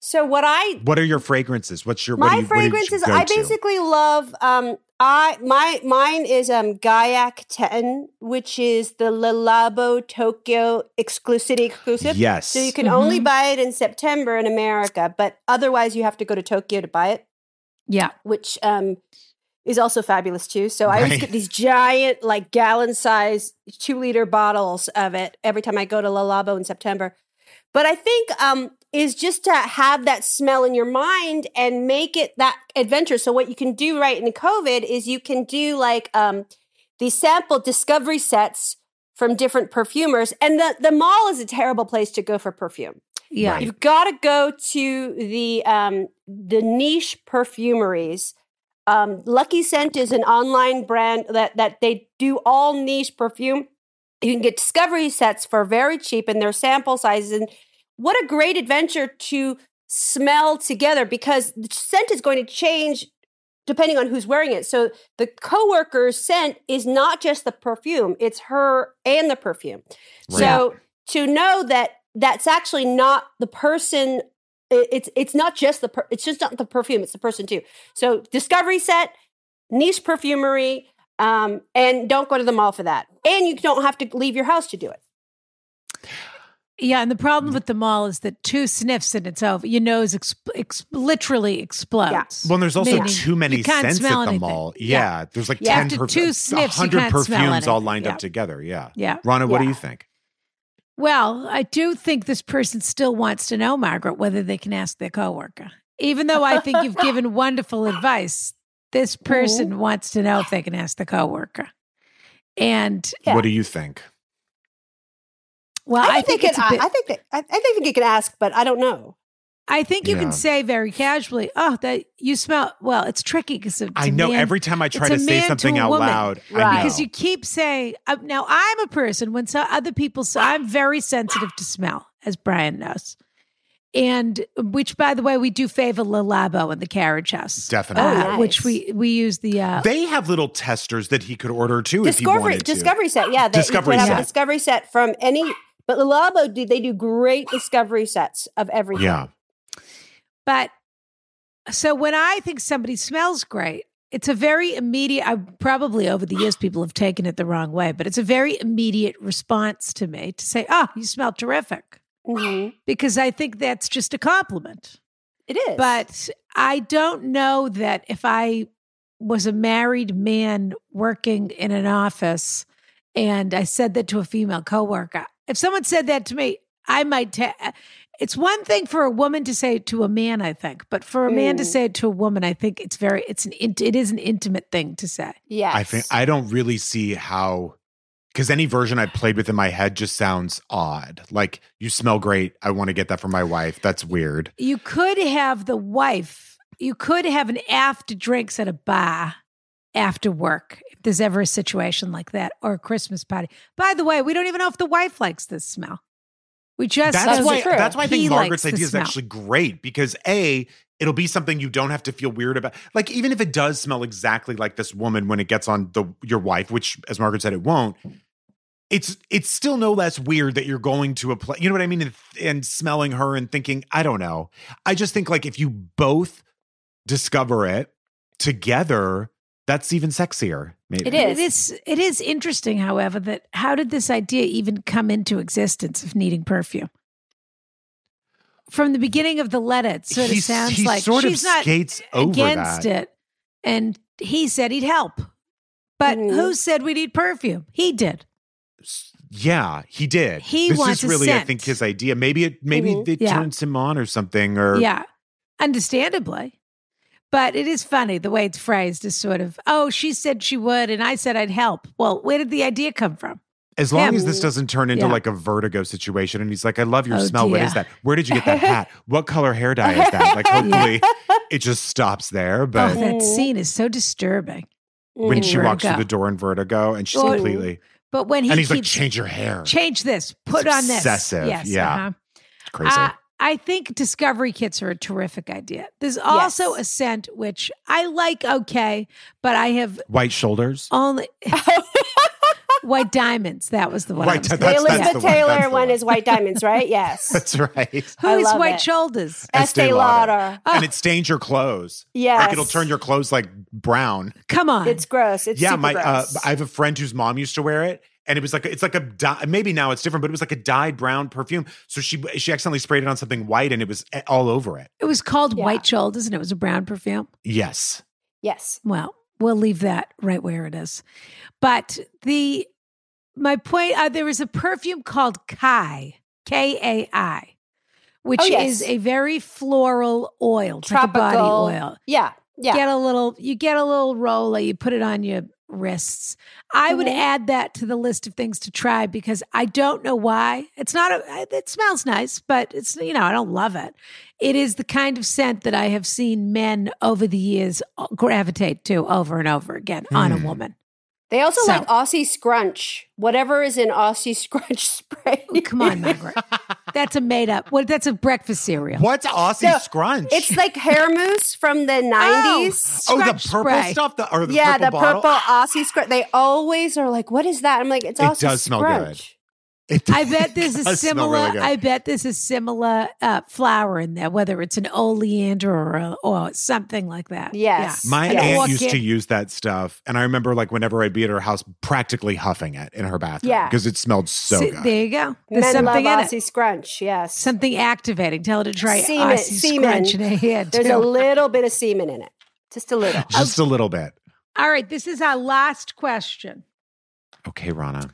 [SPEAKER 4] So what I
[SPEAKER 2] what are your fragrances? What's your what
[SPEAKER 4] my
[SPEAKER 2] do you,
[SPEAKER 4] fragrances
[SPEAKER 2] What
[SPEAKER 4] I
[SPEAKER 2] did you go to?
[SPEAKER 4] basically love um I my mine is um Gaiac 10, which is the Lalabo Tokyo exclusivity exclusive.
[SPEAKER 2] Yes.
[SPEAKER 4] So you can only buy it in September in America, but otherwise you have to go to Tokyo to buy it,
[SPEAKER 1] Yeah.
[SPEAKER 4] which um is also fabulous too. So I always
[SPEAKER 2] Right.
[SPEAKER 4] get these giant, like gallon size, two liter bottles of it every time I go to Lalabo in September. But I think um is just to have that smell in your mind and make it that adventure. So what you can do right in COVID is you can do like um these sample discovery sets from different perfumers. And the, the mall is a terrible place to go for perfume.
[SPEAKER 1] Yeah.
[SPEAKER 2] Right.
[SPEAKER 4] You've got to go to the um, the niche perfumeries. Um, Lucky Scent is an online brand that that they do all niche perfume. You can get discovery sets for very cheap, and their sample sizes. And what a great adventure to smell together because the scent is going to change depending on who's wearing it. So the coworker's scent is not just the perfume; it's her and the perfume. So to know that that's actually not the person it- it's it's not just the per, it's just not the perfume it's the person too so discovery set niche perfumery um and don't go to the mall for that and you don't have to leave your house to do it
[SPEAKER 1] Yeah, and the
[SPEAKER 2] Mm-hmm.
[SPEAKER 1] problem with the mall is that two sniffs and it's over. Your nose ex- ex- literally explodes.
[SPEAKER 2] Well, and there's also
[SPEAKER 1] Meaning
[SPEAKER 2] too many
[SPEAKER 1] you can't
[SPEAKER 2] scents at the
[SPEAKER 1] smell anything.
[SPEAKER 2] mall.
[SPEAKER 1] Yeah.
[SPEAKER 2] Yeah, there's like
[SPEAKER 1] Yeah.
[SPEAKER 2] ten,
[SPEAKER 1] After
[SPEAKER 2] perf-
[SPEAKER 1] two sniffs, you
[SPEAKER 2] 100
[SPEAKER 1] can't smell
[SPEAKER 2] perfumes all
[SPEAKER 1] anything.
[SPEAKER 2] lined
[SPEAKER 1] Yeah.
[SPEAKER 2] up together. Yeah,
[SPEAKER 1] Yeah.
[SPEAKER 2] Rana, what do
[SPEAKER 4] Yeah.
[SPEAKER 2] you think?
[SPEAKER 1] Well, I do think this person still wants to know, Margaret, whether they can ask their coworker. Even though I think you've given wonderful advice, this person wants to know if they can ask the coworker. And
[SPEAKER 4] Yeah.
[SPEAKER 2] What do you think?
[SPEAKER 1] well, I,
[SPEAKER 4] they
[SPEAKER 1] think, it's
[SPEAKER 4] can,
[SPEAKER 1] a bit,
[SPEAKER 4] I, I think that I, I think you can ask but i don't know
[SPEAKER 1] I think you
[SPEAKER 2] Yeah.
[SPEAKER 1] can say very casually, "Oh, that you smell." Well, it's tricky because
[SPEAKER 2] I know every time I try
[SPEAKER 1] it's a
[SPEAKER 2] to say
[SPEAKER 1] man
[SPEAKER 2] something
[SPEAKER 1] to a
[SPEAKER 2] out
[SPEAKER 1] woman.
[SPEAKER 2] loud, I
[SPEAKER 4] Right.
[SPEAKER 2] know.
[SPEAKER 1] because you keep saying. Uh, now, I'm a person when so other people say I'm very sensitive to smell, as Brian knows, and which, by the way, we do favor Lalabo in the carriage house,
[SPEAKER 2] Definitely.
[SPEAKER 4] Oh, nice.
[SPEAKER 1] which we we use the uh,
[SPEAKER 2] they have little testers that he could order too if he
[SPEAKER 4] discovery
[SPEAKER 2] wanted to.
[SPEAKER 4] discovery set yeah they,
[SPEAKER 2] Discovery
[SPEAKER 4] you can
[SPEAKER 2] set.
[SPEAKER 4] have a discovery set from any but Lalabo do they do great discovery sets of everything
[SPEAKER 2] Yeah,
[SPEAKER 1] But so when I think somebody smells great, it's a very immediate, I probably over the years, people have taken it the wrong way, but it's a very immediate response to me to say, oh, you smell terrific.
[SPEAKER 4] Mhm.
[SPEAKER 1] Because I think that's just a compliment.
[SPEAKER 4] it is
[SPEAKER 1] But I don't know that if I was a married man working in an office and I said that to a female coworker, if someone said that to me, I might. Ta- uh, it's one thing for a woman to say it to a man, I think, but for a man to
[SPEAKER 4] Mm.
[SPEAKER 1] say it to a woman, I think it's very. It's an. int- It is an intimate thing to say.
[SPEAKER 4] yes
[SPEAKER 2] I think I don't really see how because any version I played with in my head just sounds odd. Like you smell great. I want to get that for my wife. That's weird.
[SPEAKER 1] You could have the wife. You could have an after drinks at a bar after work if there's ever a situation like that or a Christmas party. By the way, we don't even know if the wife likes this smell. We just
[SPEAKER 2] that's
[SPEAKER 1] know
[SPEAKER 2] why.
[SPEAKER 1] that
[SPEAKER 2] That's why I
[SPEAKER 1] he
[SPEAKER 2] think
[SPEAKER 1] likes
[SPEAKER 2] Margaret's
[SPEAKER 1] the
[SPEAKER 2] idea is
[SPEAKER 1] smell.
[SPEAKER 2] actually great because a it'll be something you don't have to feel weird about. Like even if it does smell exactly like this woman when it gets on the your wife, which as Margaret said it won't. it's it's still no less weird that you're going to a place you know what i mean and, and smelling her and thinking i don't know i just think like if you both discover it together that's even sexier maybe
[SPEAKER 4] It is.
[SPEAKER 1] It is it is interesting, however, that how did this idea even come into existence of needing perfume? From the beginning of the letter, it sort
[SPEAKER 2] He
[SPEAKER 1] of
[SPEAKER 2] s-
[SPEAKER 1] sounds
[SPEAKER 2] he
[SPEAKER 1] like
[SPEAKER 2] sort of
[SPEAKER 1] she's not
[SPEAKER 2] skates over
[SPEAKER 1] against
[SPEAKER 2] that.
[SPEAKER 1] it, and he said he'd help. But
[SPEAKER 4] Mhm.
[SPEAKER 1] who said we need perfume? He did.
[SPEAKER 2] yeah he did
[SPEAKER 1] He
[SPEAKER 2] this
[SPEAKER 1] wants a
[SPEAKER 2] is really i
[SPEAKER 1] scent.
[SPEAKER 2] think his idea maybe it maybe
[SPEAKER 4] Mhm.
[SPEAKER 2] it
[SPEAKER 1] Yeah.
[SPEAKER 2] turns him on or something or
[SPEAKER 1] Yeah, understandably. But it is funny the way it's phrased is sort of, oh, she said she would, and I said I'd help. Well, where did the idea come from?
[SPEAKER 2] As long
[SPEAKER 1] Him.
[SPEAKER 2] as this doesn't turn into
[SPEAKER 1] Yeah.
[SPEAKER 2] like a vertigo situation and he's like, I love your
[SPEAKER 1] Oh,
[SPEAKER 2] smell. What is
[SPEAKER 1] dear.
[SPEAKER 2] that? Where did you get that hat? What color hair dye is that? Like, hopefully it just stops there. But
[SPEAKER 1] oh, that scene is so disturbing.
[SPEAKER 2] when she
[SPEAKER 4] Mm-hmm.
[SPEAKER 1] Mm.
[SPEAKER 2] walks through
[SPEAKER 1] Vertigo.
[SPEAKER 2] the door in vertigo and she's
[SPEAKER 1] Or-
[SPEAKER 2] completely,
[SPEAKER 1] But when he
[SPEAKER 2] and he's like,
[SPEAKER 1] keeps
[SPEAKER 2] change your hair.
[SPEAKER 1] change this, put
[SPEAKER 2] It's
[SPEAKER 1] on this.
[SPEAKER 2] obsessive,
[SPEAKER 1] Yes,
[SPEAKER 2] yeah.
[SPEAKER 1] uh-huh.
[SPEAKER 2] Crazy.
[SPEAKER 1] I, I think discovery kits are a terrific idea. There's also
[SPEAKER 4] Yes.
[SPEAKER 1] a scent which I like okay, but I have
[SPEAKER 2] White shoulders.
[SPEAKER 1] only white diamonds. That was the one. I
[SPEAKER 2] White
[SPEAKER 1] was
[SPEAKER 2] di-
[SPEAKER 1] thinking.
[SPEAKER 4] the
[SPEAKER 2] That's- that's
[SPEAKER 4] Elizabeth
[SPEAKER 2] the one,
[SPEAKER 4] Taylor
[SPEAKER 2] that's the
[SPEAKER 4] one,
[SPEAKER 2] one.
[SPEAKER 4] is White Diamonds, right? Yes.
[SPEAKER 2] That's right.
[SPEAKER 1] Who
[SPEAKER 4] I
[SPEAKER 1] is
[SPEAKER 4] love
[SPEAKER 1] white
[SPEAKER 4] it.
[SPEAKER 1] shoulders?
[SPEAKER 4] Estee Lauder.
[SPEAKER 1] Oh.
[SPEAKER 2] And it stains your clothes.
[SPEAKER 4] Yes.
[SPEAKER 2] Like it'll turn your clothes like brown.
[SPEAKER 1] Come on.
[SPEAKER 4] It's gross. It's
[SPEAKER 2] yeah,
[SPEAKER 4] super
[SPEAKER 2] my uh,
[SPEAKER 4] gross.
[SPEAKER 2] I have a friend whose mom used to wear it, and it was like it's like a dye, maybe now it's different, but it was like a dyed brown perfume. So she she accidentally sprayed it on something white, and it was eh, all over it.
[SPEAKER 1] it was called
[SPEAKER 4] Yeah.
[SPEAKER 1] White Shoulders and it was a brown perfume.
[SPEAKER 2] Yes,
[SPEAKER 4] yes.
[SPEAKER 1] Well, we'll leave that right where it is. But the my point uh, there is a perfume called Kai K A I, which
[SPEAKER 4] Oh, yes.
[SPEAKER 1] is a very floral oil, it's like a body
[SPEAKER 4] Tropical.
[SPEAKER 1] oil.
[SPEAKER 4] Yeah. Yeah.
[SPEAKER 1] Get a little, you get a little roller, you put it on your wrists. I would
[SPEAKER 4] Mhm.
[SPEAKER 1] add that to the list of things to try because I don't know why. It's not a, it smells nice, but it's, you know, I don't love it. It is the kind of scent that I have seen men over the years uh, gravitate to over and over again on a
[SPEAKER 2] Hmm.
[SPEAKER 1] woman.
[SPEAKER 4] They also
[SPEAKER 1] So-
[SPEAKER 4] like Aussie Scrunch. Whatever is in Aussie Scrunch spray.
[SPEAKER 1] Oh, come on, Margaret. That's a made up. What? That's a breakfast cereal.
[SPEAKER 2] what's Aussie
[SPEAKER 4] So,
[SPEAKER 2] Scrunch?
[SPEAKER 4] It's like hair mousse from the 90s.
[SPEAKER 2] oh, the
[SPEAKER 1] scrunch
[SPEAKER 2] purple
[SPEAKER 1] spray.
[SPEAKER 2] stuff, the or the
[SPEAKER 4] yeah,
[SPEAKER 2] purple
[SPEAKER 4] the
[SPEAKER 2] bottle.
[SPEAKER 4] purple Aussie Scrunch. They always are like, what is that? I'm like, it's
[SPEAKER 2] It
[SPEAKER 4] Aussie
[SPEAKER 2] does smell good.
[SPEAKER 4] Scrunch.
[SPEAKER 2] It
[SPEAKER 1] I bet there's a
[SPEAKER 2] does smell
[SPEAKER 1] similar.
[SPEAKER 2] really good.
[SPEAKER 1] I bet there's a similar uh, flower in there, whether it's an oleander or a, or something like that.
[SPEAKER 4] Yes.
[SPEAKER 2] My
[SPEAKER 4] Yeah.
[SPEAKER 2] aunt
[SPEAKER 1] Walk
[SPEAKER 2] used to
[SPEAKER 1] in.
[SPEAKER 2] use that stuff, and I remember like whenever I'd be at her house, practically huffing it in her bathroom
[SPEAKER 4] Yeah.
[SPEAKER 2] because it smelled so
[SPEAKER 1] See,
[SPEAKER 2] good.
[SPEAKER 1] There you go. There's
[SPEAKER 4] Men
[SPEAKER 1] something in
[SPEAKER 4] love
[SPEAKER 1] it.
[SPEAKER 4] Aussie Scrunch. Yes.
[SPEAKER 1] Something activating. Tell her to try
[SPEAKER 4] Semen-
[SPEAKER 1] Aussie
[SPEAKER 4] semen.
[SPEAKER 1] scrunch in her hair
[SPEAKER 4] There's
[SPEAKER 1] too.
[SPEAKER 4] a little bit of semen in it. Just a little.
[SPEAKER 1] Oh.
[SPEAKER 2] Just a little bit.
[SPEAKER 1] All right, this is our last question.
[SPEAKER 2] Okay, Rana.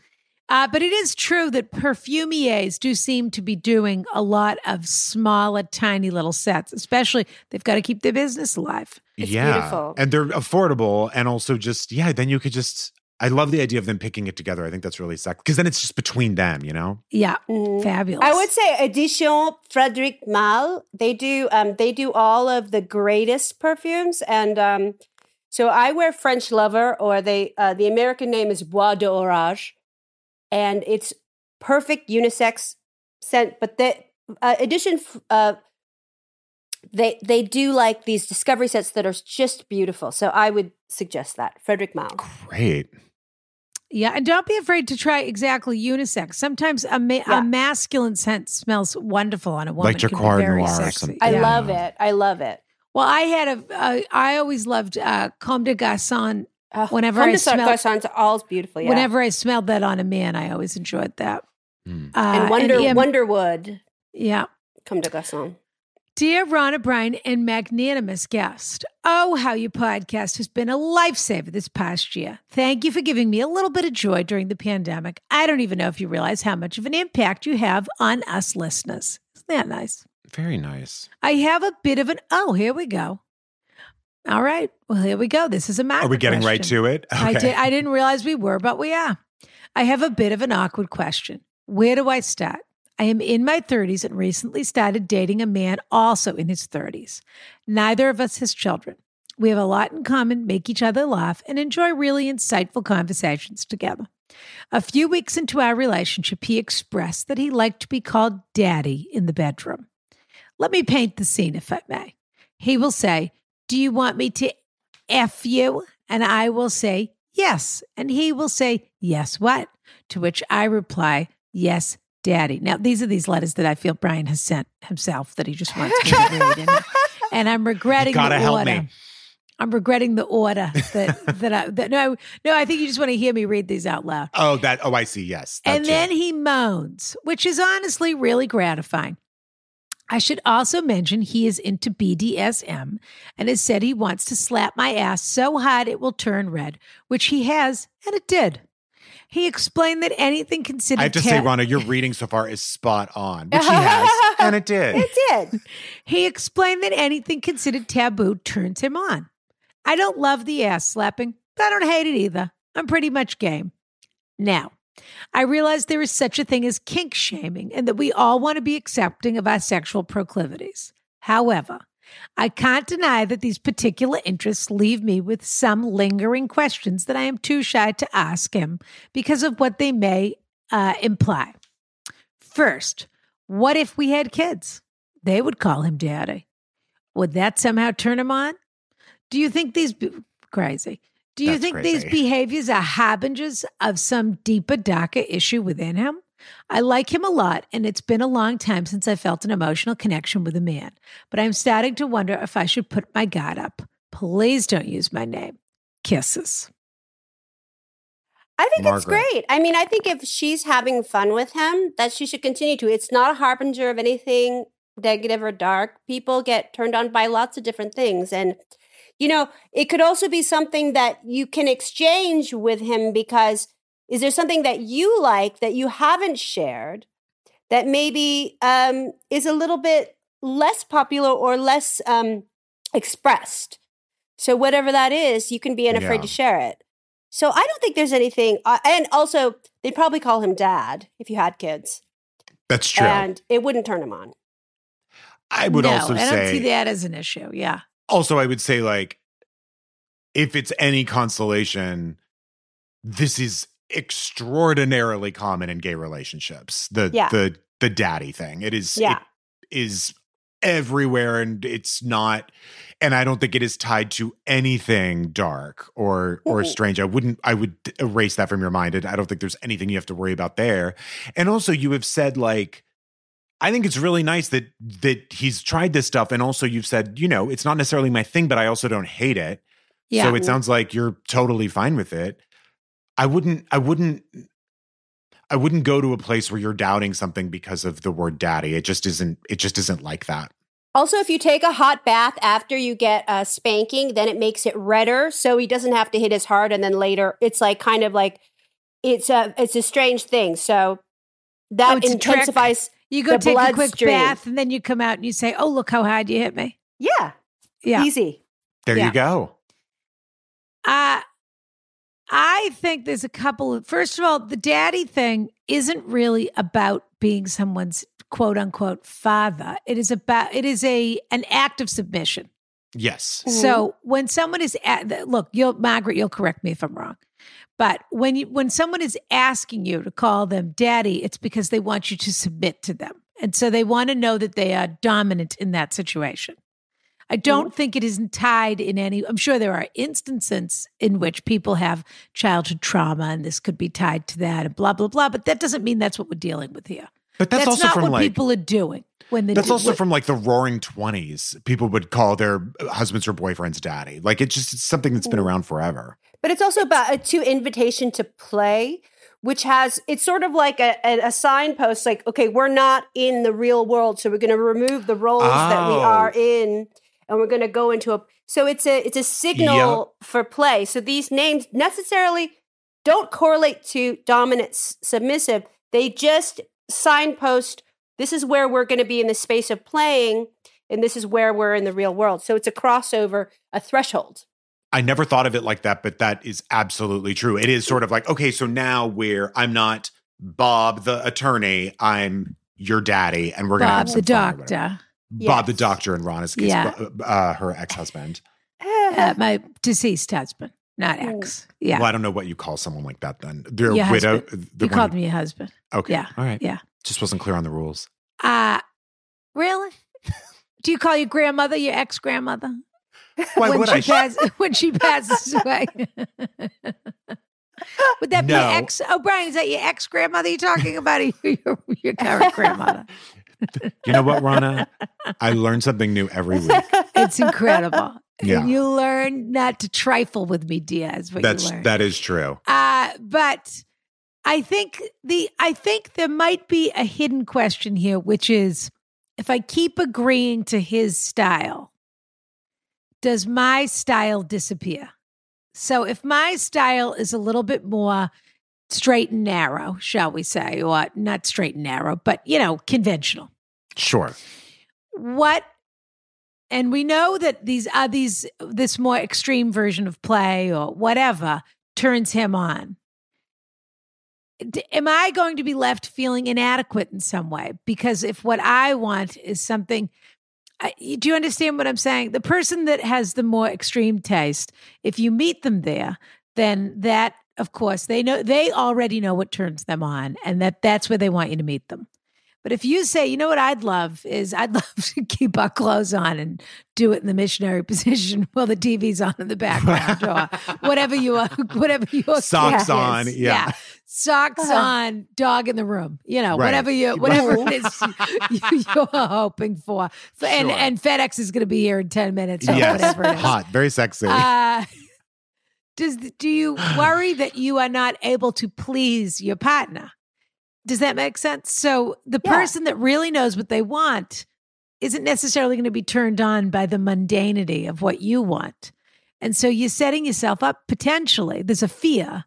[SPEAKER 1] Uh, but it is true that perfumiers do seem to be doing a lot of smaller, tiny little sets, especially they've got to keep their business alive.
[SPEAKER 4] It's
[SPEAKER 2] yeah.
[SPEAKER 4] beautiful.
[SPEAKER 2] And they're affordable and also just, yeah, then you could just I love the idea of them picking it together. I think that's really sexy. Because then it's just between them, you know?
[SPEAKER 1] Yeah,
[SPEAKER 4] Mhm.
[SPEAKER 1] fabulous.
[SPEAKER 4] I would say Edition Frederic Malle. They do um, they do all of the greatest perfumes, and um, so I wear French Lover, or they uh, the American name is Bois d'Orage, and it's perfect unisex scent. But the uh, Edition uh, they they do like these discovery sets that are just beautiful. So I would suggest that Frederic Malle.
[SPEAKER 2] Great.
[SPEAKER 1] Yeah, and don't be afraid to try exactly unisex. Sometimes a, ma-
[SPEAKER 4] Yeah.
[SPEAKER 1] a masculine scent smells wonderful on a woman,
[SPEAKER 2] Like your
[SPEAKER 1] It can be
[SPEAKER 2] Croix
[SPEAKER 1] very
[SPEAKER 2] Noir or
[SPEAKER 1] sexy.
[SPEAKER 2] something.
[SPEAKER 4] I
[SPEAKER 2] Yeah.
[SPEAKER 4] love it. I love it.
[SPEAKER 1] Well, I had a, a I always loved uh, Comme des Garçons.
[SPEAKER 4] Oh,
[SPEAKER 1] Whenever
[SPEAKER 4] Comme
[SPEAKER 1] I
[SPEAKER 4] des
[SPEAKER 1] smell-
[SPEAKER 4] Garçons, all's beautiful. Yeah.
[SPEAKER 1] Whenever I smelled that on a man, I always enjoyed that.
[SPEAKER 2] Mm.
[SPEAKER 1] Uh,
[SPEAKER 4] and E Wonder
[SPEAKER 1] him-
[SPEAKER 4] Wonderwood
[SPEAKER 1] yeah.
[SPEAKER 4] come to Gasson.
[SPEAKER 1] Dear Ron O'Brien and magnanimous guest, oh, how your podcast has been a lifesaver this past year. Thank you for giving me a little bit of joy during the pandemic. I don't even know if you realize how much of an impact you have on us listeners. Isn't that nice?
[SPEAKER 2] Very nice.
[SPEAKER 1] I have a bit of an oh, here we go. All right. Well, here we go. This is a matter.
[SPEAKER 2] Are we getting right to it? Okay.
[SPEAKER 1] I did I didn't realize we were, but we are. I have a bit of an awkward question. Where do I start? I am in my 30s and recently started dating a man also in his 30s. Neither of us has children. We have a lot in common, make each other laugh, and enjoy really insightful conversations together. A few weeks into our relationship, he expressed that he liked to be called daddy in the bedroom. Let me paint the scene, if I may. He will say, Do you want me to F you? And I will say, yes. And he will say, yes, what? To which I reply, yes, daddy. Now, these are these letters that I feel Brian has sent himself that he just wants me to read. And, and I'm regretting
[SPEAKER 2] You gotta
[SPEAKER 1] the
[SPEAKER 2] help
[SPEAKER 1] order.
[SPEAKER 2] me.
[SPEAKER 1] I'm regretting the order that that I that, no no I think you just want to hear me read these out loud.
[SPEAKER 2] Oh, that. Oh, I see. Yes.
[SPEAKER 1] And
[SPEAKER 2] That's
[SPEAKER 1] then
[SPEAKER 2] it.
[SPEAKER 1] he moans, which is honestly really gratifying. I should also mention he is into BDSM and has said he wants to slap my ass so hard it will turn red, which he has, and it did. He explained that anything considered
[SPEAKER 2] I have to say,
[SPEAKER 1] ta-
[SPEAKER 2] Rhonda, your reading so far is spot on, which he has, and it did.
[SPEAKER 4] It did.
[SPEAKER 1] He explained that anything considered taboo turns him on. I don't love the ass slapping, but I don't hate it either. I'm pretty much game. Now, I realize there is such a thing as kink shaming and that we all want to be accepting of our sexual proclivities. However, I can't deny that these particular interests leave me with some lingering questions that I am too shy to ask him because of what they may uh, imply. First, what if we had kids? They would call him daddy. Would that somehow turn him on? Do you think these be- crazy? Do you
[SPEAKER 2] That's
[SPEAKER 1] think these
[SPEAKER 2] crazy.
[SPEAKER 1] behaviors are harbingers of some deeper, darker issue within him? I like him a lot, and it's been a long time since I felt an emotional connection with a man, but I'm starting to wonder if I should put my guard up. Please don't use my name. Kisses.
[SPEAKER 4] I think it's
[SPEAKER 2] Margaret.
[SPEAKER 4] great. I mean, I think if she's having fun with him, that she should continue to. It's not a harbinger of anything negative or dark. People get turned on by lots of different things. And, you know, it could also be something that you can exchange with him because is there something that you like that you haven't shared that maybe um, is a little bit less popular or less um, expressed? So, whatever that is, you can be unafraid
[SPEAKER 2] Yeah.
[SPEAKER 4] to share it. So I don't think there's anything. Uh, and also, they'd probably call him dad if you had kids,
[SPEAKER 2] That's true.
[SPEAKER 4] and it wouldn't turn him on.
[SPEAKER 2] I would
[SPEAKER 1] no,
[SPEAKER 2] also
[SPEAKER 1] I don't see
[SPEAKER 2] say
[SPEAKER 1] that as an issue. Yeah.
[SPEAKER 2] also i would say like if it's any consolation this is extraordinarily common in gay relationships the
[SPEAKER 4] Yeah.
[SPEAKER 2] the the daddy thing it is
[SPEAKER 4] Yeah.
[SPEAKER 2] it is everywhere and it's not and i don't think it is tied to anything dark or or
[SPEAKER 4] Mm-mm.
[SPEAKER 2] strange i wouldn't i would erase that from your mind and i don't think there's anything you have to worry about there and also you have said like I think it's really nice that that he's tried this stuff, and also you've said, you know, it's not necessarily my thing, but I also don't hate it.
[SPEAKER 1] Yeah.
[SPEAKER 2] So it sounds like you're totally fine with it. I wouldn't. I wouldn't. I wouldn't go to a place where you're doubting something because of the word daddy. It just isn't. It just isn't like that.
[SPEAKER 4] Also, if you take a hot bath after you get a spanking, then it makes it redder, so he doesn't have to hit as hard. And then later, it's like kind of like it's a it's a strange thing. So
[SPEAKER 1] Oh,
[SPEAKER 4] that
[SPEAKER 1] it's a trick.
[SPEAKER 4] intensifies.
[SPEAKER 1] You go
[SPEAKER 4] The
[SPEAKER 1] take a quick
[SPEAKER 4] bloodstream.
[SPEAKER 1] bath and then you come out and you say, Oh, look how hard you hit me.
[SPEAKER 4] Yeah,
[SPEAKER 1] Yeah.
[SPEAKER 4] easy.
[SPEAKER 2] There
[SPEAKER 1] Yeah.
[SPEAKER 2] you go.
[SPEAKER 1] Uh, I think there's a couple of, first of all, the daddy thing isn't really about being someone's quote unquote father. It is about, it is a, an act of submission.
[SPEAKER 2] Yes.
[SPEAKER 1] So when someone is at the, look, you'll Margaret, you'll correct me if I'm wrong, but when you when someone is asking you to call them daddy, it's because they want you to submit to them, and so they want to know that they are dominant in that situation.
[SPEAKER 2] Mm-hmm.
[SPEAKER 1] I don't think it isn't tied in any. I'm sure there are instances in which people have childhood trauma, and this could be tied to that, and blah blah blah. But that doesn't mean that's what we're dealing with here.
[SPEAKER 2] But that's, also
[SPEAKER 1] not
[SPEAKER 2] from
[SPEAKER 1] what
[SPEAKER 2] like
[SPEAKER 1] people are doing when they.
[SPEAKER 2] that's
[SPEAKER 1] do-
[SPEAKER 2] also
[SPEAKER 1] what-
[SPEAKER 2] from like the Roaring Twenties. People would call their husbands or boyfriends daddy. Like it's just it's something that's been around forever.
[SPEAKER 4] But it's also about a two invitation to play, which has it's sort of like a, a, a signpost, like okay, we're not in the real world, so we're going to remove the roles that we
[SPEAKER 2] Oh.
[SPEAKER 4] are in, and we're going to go into a. So it's a it's a signal for play. So these names necessarily don't correlate to dominant s- submissive. They just signpost this is where we're going to be in the space of playing, and this is where we're in the real world. So it's a crossover, a threshold.
[SPEAKER 2] I never thought of it like that, but that is absolutely true. It is sort of like, okay, so now we're I'm not Bob the attorney, I'm your daddy, and we're gonna
[SPEAKER 1] Bob
[SPEAKER 2] have
[SPEAKER 1] the
[SPEAKER 2] some fun or whatever.
[SPEAKER 1] doctor.
[SPEAKER 2] Bob the
[SPEAKER 4] Yes.
[SPEAKER 2] doctor in Rana's case,
[SPEAKER 1] Yeah.
[SPEAKER 2] bu- uh, her ex husband.
[SPEAKER 1] uh, my deceased husband, not ex. Yeah.
[SPEAKER 2] Well, I don't know what you call someone like that. Then their
[SPEAKER 1] Your
[SPEAKER 2] widow. uh, The
[SPEAKER 1] You
[SPEAKER 2] one
[SPEAKER 1] called
[SPEAKER 2] who-
[SPEAKER 1] me your husband.
[SPEAKER 2] okay,
[SPEAKER 1] yeah,
[SPEAKER 2] all right,
[SPEAKER 1] yeah.
[SPEAKER 2] Just wasn't clear on the rules.
[SPEAKER 1] Uh, really? Do you call your grandmother your ex grandmother?
[SPEAKER 2] Why
[SPEAKER 1] when
[SPEAKER 2] would
[SPEAKER 1] she
[SPEAKER 2] I?
[SPEAKER 1] pass- when she passes away. Would that
[SPEAKER 2] No.
[SPEAKER 1] be ex O'Brien? Is that your ex grandmother you're talking about? Or your, your current grandmother?
[SPEAKER 2] You know what, Rana? I learn something new every week.
[SPEAKER 1] It's incredible.
[SPEAKER 2] Yeah.
[SPEAKER 1] You learn not to trifle with me, Diaz. What
[SPEAKER 2] That's
[SPEAKER 1] you learn.
[SPEAKER 2] that is true.
[SPEAKER 1] Uh, but I think the I think there might be a hidden question here, which is if I keep agreeing to his style, does my style disappear? So if my style is a little bit more straight and narrow, shall we say, or not straight and narrow, but you know, conventional
[SPEAKER 2] Sure.
[SPEAKER 1] what and we know that these are these this more extreme version of play or whatever turns him on D- am i going to be left feeling inadequate in some way because if what i want is something I, do you understand what i'm saying the person that has the more extreme taste if you meet them there then that of course they know they already know what turns them on and that that's where they want you to meet them but if you say, you know what I'd love is I'd love to keep our clothes on and do it in the missionary position while the TV's on in the background or whatever you are, whatever your
[SPEAKER 2] Socks
[SPEAKER 1] kick
[SPEAKER 2] on,
[SPEAKER 1] is.
[SPEAKER 2] yeah.
[SPEAKER 1] Socks on, dog in the room, you know,
[SPEAKER 2] Uh-huh. Right.
[SPEAKER 1] whatever you whatever it is you, you're hoping for. And
[SPEAKER 2] Sure.
[SPEAKER 1] and FedEx is gonna be here in 10 minutes or
[SPEAKER 2] Yes.
[SPEAKER 1] whatever it is.
[SPEAKER 2] Hot, very sexy.
[SPEAKER 1] Uh, does do you worry that you are not able to please your partner? Does that make sense? So the
[SPEAKER 4] Yeah.
[SPEAKER 1] person that really knows what they want isn't necessarily going to be turned on by the mundanity of what you want. And so you're setting yourself up potentially. There's a fear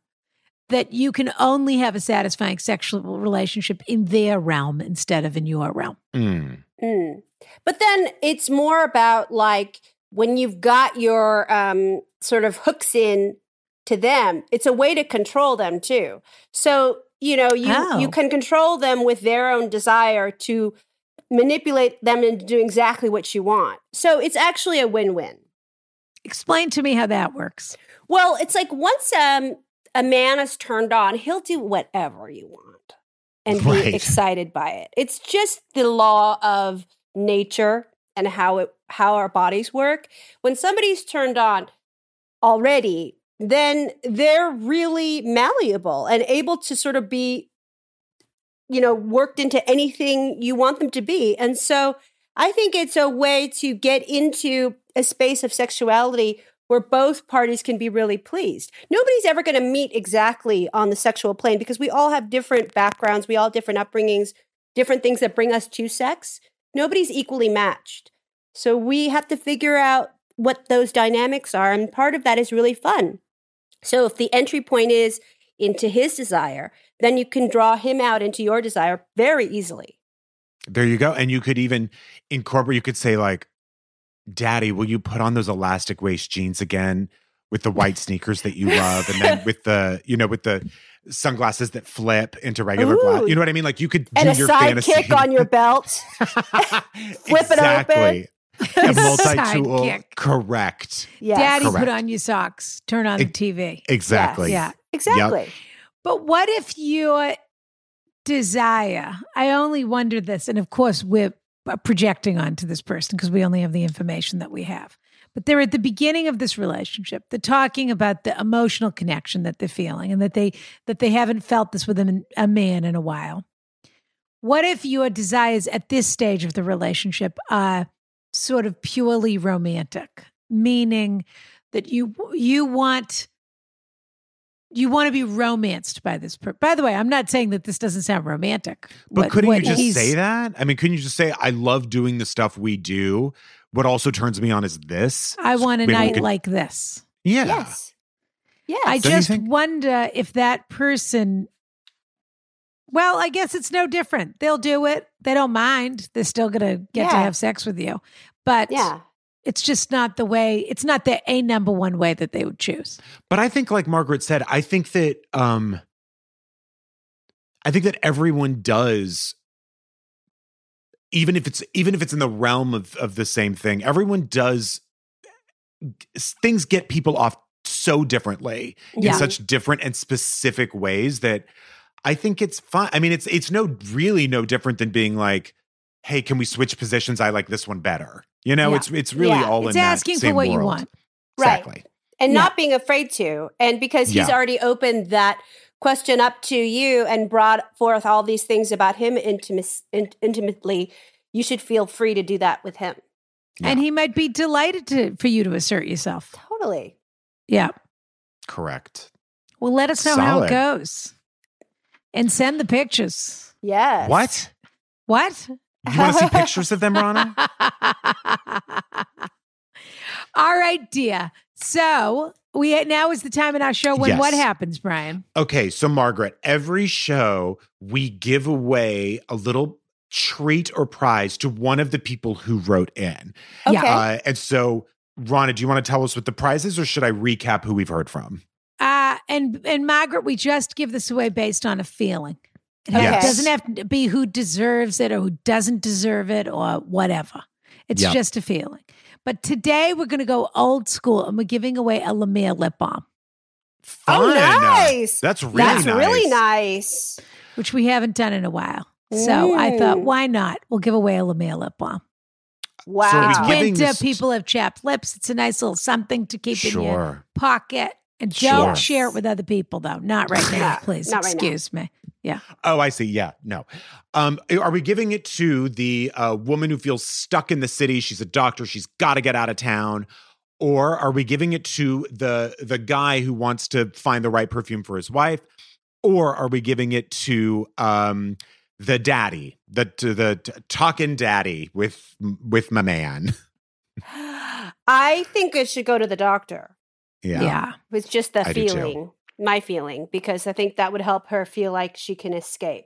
[SPEAKER 1] that you can only have a satisfying sexual relationship in their realm instead of in your realm.
[SPEAKER 2] Mm.
[SPEAKER 4] Mm. But then it's more about like when you've got your um, sort of hooks in to them, it's a way to control them too. So, you know, you,
[SPEAKER 1] Oh.
[SPEAKER 4] you can control them with their own desire to manipulate them into doing exactly what you want. So it's actually a win win.
[SPEAKER 1] Explain to me how that works.
[SPEAKER 4] Well, it's like once um, a man is turned on, he'll do whatever you want and be
[SPEAKER 2] Right.
[SPEAKER 4] excited by it. It's just the law of nature and how it how our bodies work. When somebody's turned on already, then they're really malleable and able to sort of be you know worked into anything you want them to be. And so I think it's a way to get into a space of sexuality where both parties can be really pleased. Nobody's ever going to meet exactly on the sexual plane because we all have different backgrounds, we all have different upbringings, different things that bring us to sex. Nobody's equally matched. So we have to figure out what those dynamics are and part of that is really fun. So if the entry point is into his desire, then you can draw him out into your desire very easily.
[SPEAKER 2] There you go. And you could even incorporate, you could say, like, Daddy, will you put on those elastic waist jeans again with the white sneakers that you love? And then with the, you know, with the sunglasses that flip into regular
[SPEAKER 4] Ooh.
[SPEAKER 2] glasses. You know what I mean? Like you could do
[SPEAKER 4] And a
[SPEAKER 2] your
[SPEAKER 4] side
[SPEAKER 2] fantasy.
[SPEAKER 4] kick on your belt. it
[SPEAKER 2] exactly. A multi-tool.
[SPEAKER 1] Sidekick.
[SPEAKER 2] Correct.
[SPEAKER 4] Yes.
[SPEAKER 1] Daddy, put
[SPEAKER 2] Correct.
[SPEAKER 1] on your socks, turn on
[SPEAKER 2] Ex-
[SPEAKER 1] the TV.
[SPEAKER 2] Exactly.
[SPEAKER 1] Yeah.
[SPEAKER 4] Exactly.
[SPEAKER 1] But what if your desire, I only wonder this, and of course, we're uh, projecting onto this person because we only have the information that we have. But they're at the beginning of this relationship. They're talking about the emotional connection that they're feeling and that they that they haven't felt this with a, a man in a while. What if your desires at this stage of the relationship are sort of purely romantic, meaning that you you want you want to be romanced by this per- by the way i'm not saying that this doesn't sound romantic
[SPEAKER 2] But
[SPEAKER 1] What-
[SPEAKER 2] couldn't
[SPEAKER 1] what
[SPEAKER 2] you just
[SPEAKER 1] he's-
[SPEAKER 2] say that? I mean, couldn't you just say, I love doing the stuff we do? What also turns me on is this.
[SPEAKER 1] i want a
[SPEAKER 2] Maybe we
[SPEAKER 1] night
[SPEAKER 2] could-
[SPEAKER 1] like this
[SPEAKER 2] Yeah.
[SPEAKER 4] Yes. Yes.
[SPEAKER 1] i
[SPEAKER 2] Don't you
[SPEAKER 1] just
[SPEAKER 2] think-
[SPEAKER 1] wonder if that person well i guess it's no different they'll do it they don't mind they're still gonna get to
[SPEAKER 4] Yeah.
[SPEAKER 1] have sex with you but
[SPEAKER 4] yeah.
[SPEAKER 1] it's just not the way it's not the a number one way that they would choose
[SPEAKER 2] But I think, like Margaret said, I think that um I think that everyone does even if it's even if it's in the realm of of the same thing, everyone does things get people off so differently
[SPEAKER 4] Yeah.
[SPEAKER 2] in such different and specific ways that I think it's fine. I mean, it's it's no really no different than being like, hey, can we switch positions? I like this one better. You know,
[SPEAKER 1] Yeah.
[SPEAKER 2] it's it's really
[SPEAKER 4] Yeah.
[SPEAKER 2] all
[SPEAKER 1] it's
[SPEAKER 2] in that
[SPEAKER 1] asking for
[SPEAKER 2] same
[SPEAKER 1] what you
[SPEAKER 2] world.
[SPEAKER 1] want
[SPEAKER 4] Right.
[SPEAKER 2] Exactly.
[SPEAKER 4] and not being afraid to. And because he's
[SPEAKER 2] Yeah.
[SPEAKER 4] already opened that question up to you and brought forth all these things about him intimis- in- intimately, you should feel free to do that with him.
[SPEAKER 1] And he might be delighted to, for you to assert yourself.
[SPEAKER 4] Totally.
[SPEAKER 1] Yeah.
[SPEAKER 2] Correct.
[SPEAKER 1] Well, let us know how it
[SPEAKER 2] Solid.
[SPEAKER 1] goes and send the pictures.
[SPEAKER 4] Yes.
[SPEAKER 2] What?
[SPEAKER 1] What?
[SPEAKER 2] You want to see pictures of them, Rana?
[SPEAKER 1] All right, dear. So we now is the time in our show when
[SPEAKER 2] Yes.
[SPEAKER 1] what happens, Brian?
[SPEAKER 2] Okay, so Margaret, every show we give away a little treat or prize to one of the people who wrote in.
[SPEAKER 4] Okay.
[SPEAKER 1] Yeah.
[SPEAKER 2] Uh, and so, Rana, do you want to tell us what the prize is or should I recap who we've heard from?
[SPEAKER 1] Uh, and and Margaret, we just give this away based on a feeling. It ha-
[SPEAKER 2] Yes.
[SPEAKER 1] doesn't have to be who deserves it or who doesn't deserve it or whatever. It's
[SPEAKER 2] Yeah.
[SPEAKER 1] just a feeling. But today we're going to go old school and we're giving away a Lemire lip balm,
[SPEAKER 2] Fun.
[SPEAKER 4] Oh, nice.
[SPEAKER 2] Oh, That's really
[SPEAKER 4] That's
[SPEAKER 2] nice.
[SPEAKER 4] really nice.
[SPEAKER 1] which we haven't done in a while. So I thought,
[SPEAKER 4] Mm.
[SPEAKER 1] why not? We'll give away a Lemire lip balm.
[SPEAKER 4] Wow.
[SPEAKER 2] It's giving
[SPEAKER 1] Winter,
[SPEAKER 2] this-
[SPEAKER 1] people have chapped lips. It's a nice little something to keep in your
[SPEAKER 2] Sure.
[SPEAKER 1] pocket. And don't
[SPEAKER 2] Sure.
[SPEAKER 1] share it with other people, though. Not right now,
[SPEAKER 4] Yeah,
[SPEAKER 1] please.
[SPEAKER 4] not right now.
[SPEAKER 1] Excuse me.
[SPEAKER 2] Oh, I see. Yeah, no. Um, are we giving it to the uh, woman who feels stuck in the city? She's a doctor. She's got to get out of town. Or are we giving it to the the guy who wants to find the right perfume for his wife? Or are we giving it to um, the daddy, the to the t- talking daddy with with my man?
[SPEAKER 4] I think it should go to the doctor.
[SPEAKER 2] Yeah.
[SPEAKER 1] Yeah.
[SPEAKER 4] It was just the
[SPEAKER 2] I do too.
[SPEAKER 4] feeling, my feeling, because I think that would help her feel like she can escape.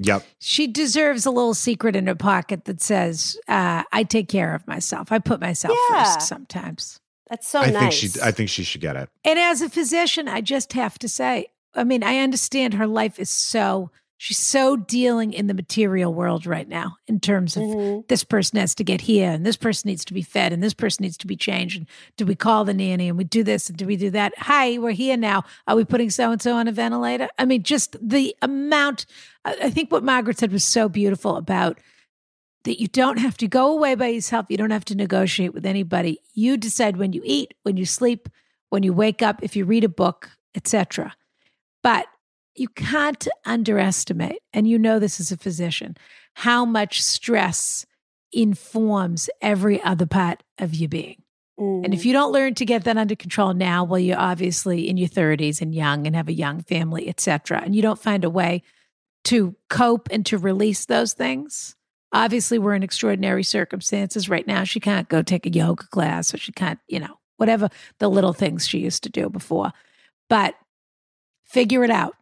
[SPEAKER 2] Yep.
[SPEAKER 1] She deserves a little secret in her pocket that says, uh, I take care of myself. I put myself
[SPEAKER 4] Yeah.
[SPEAKER 1] first sometimes.
[SPEAKER 4] That's so
[SPEAKER 2] I think
[SPEAKER 4] nice.
[SPEAKER 2] she. I think she should get it.
[SPEAKER 1] And as a physician, I just have to say, I mean, I understand her life is so, she's so dealing in the material world right now in terms of
[SPEAKER 4] Mhm.
[SPEAKER 1] this person has to get here and this person needs to be fed and this person needs to be changed and do we call the nanny and we do this and do we do that hi we're here now are we putting so and so on a ventilator i mean just the amount I, I think what margaret said was so beautiful about that you don't have to go away by yourself you don't have to negotiate with anybody you decide when you eat when you sleep when you wake up if you read a book etc but you can't underestimate and you know this as a physician how much stress informs every other part of your being. And if you don't learn to get that under control now, well, you're obviously in your 30s and young and have a young family, et cetera, and you don't find a way to cope and to release those things. Obviously, we're in extraordinary circumstances right now. She can't go take a yoga class or she can't, you know, whatever the little things she used to do before. But figure it out.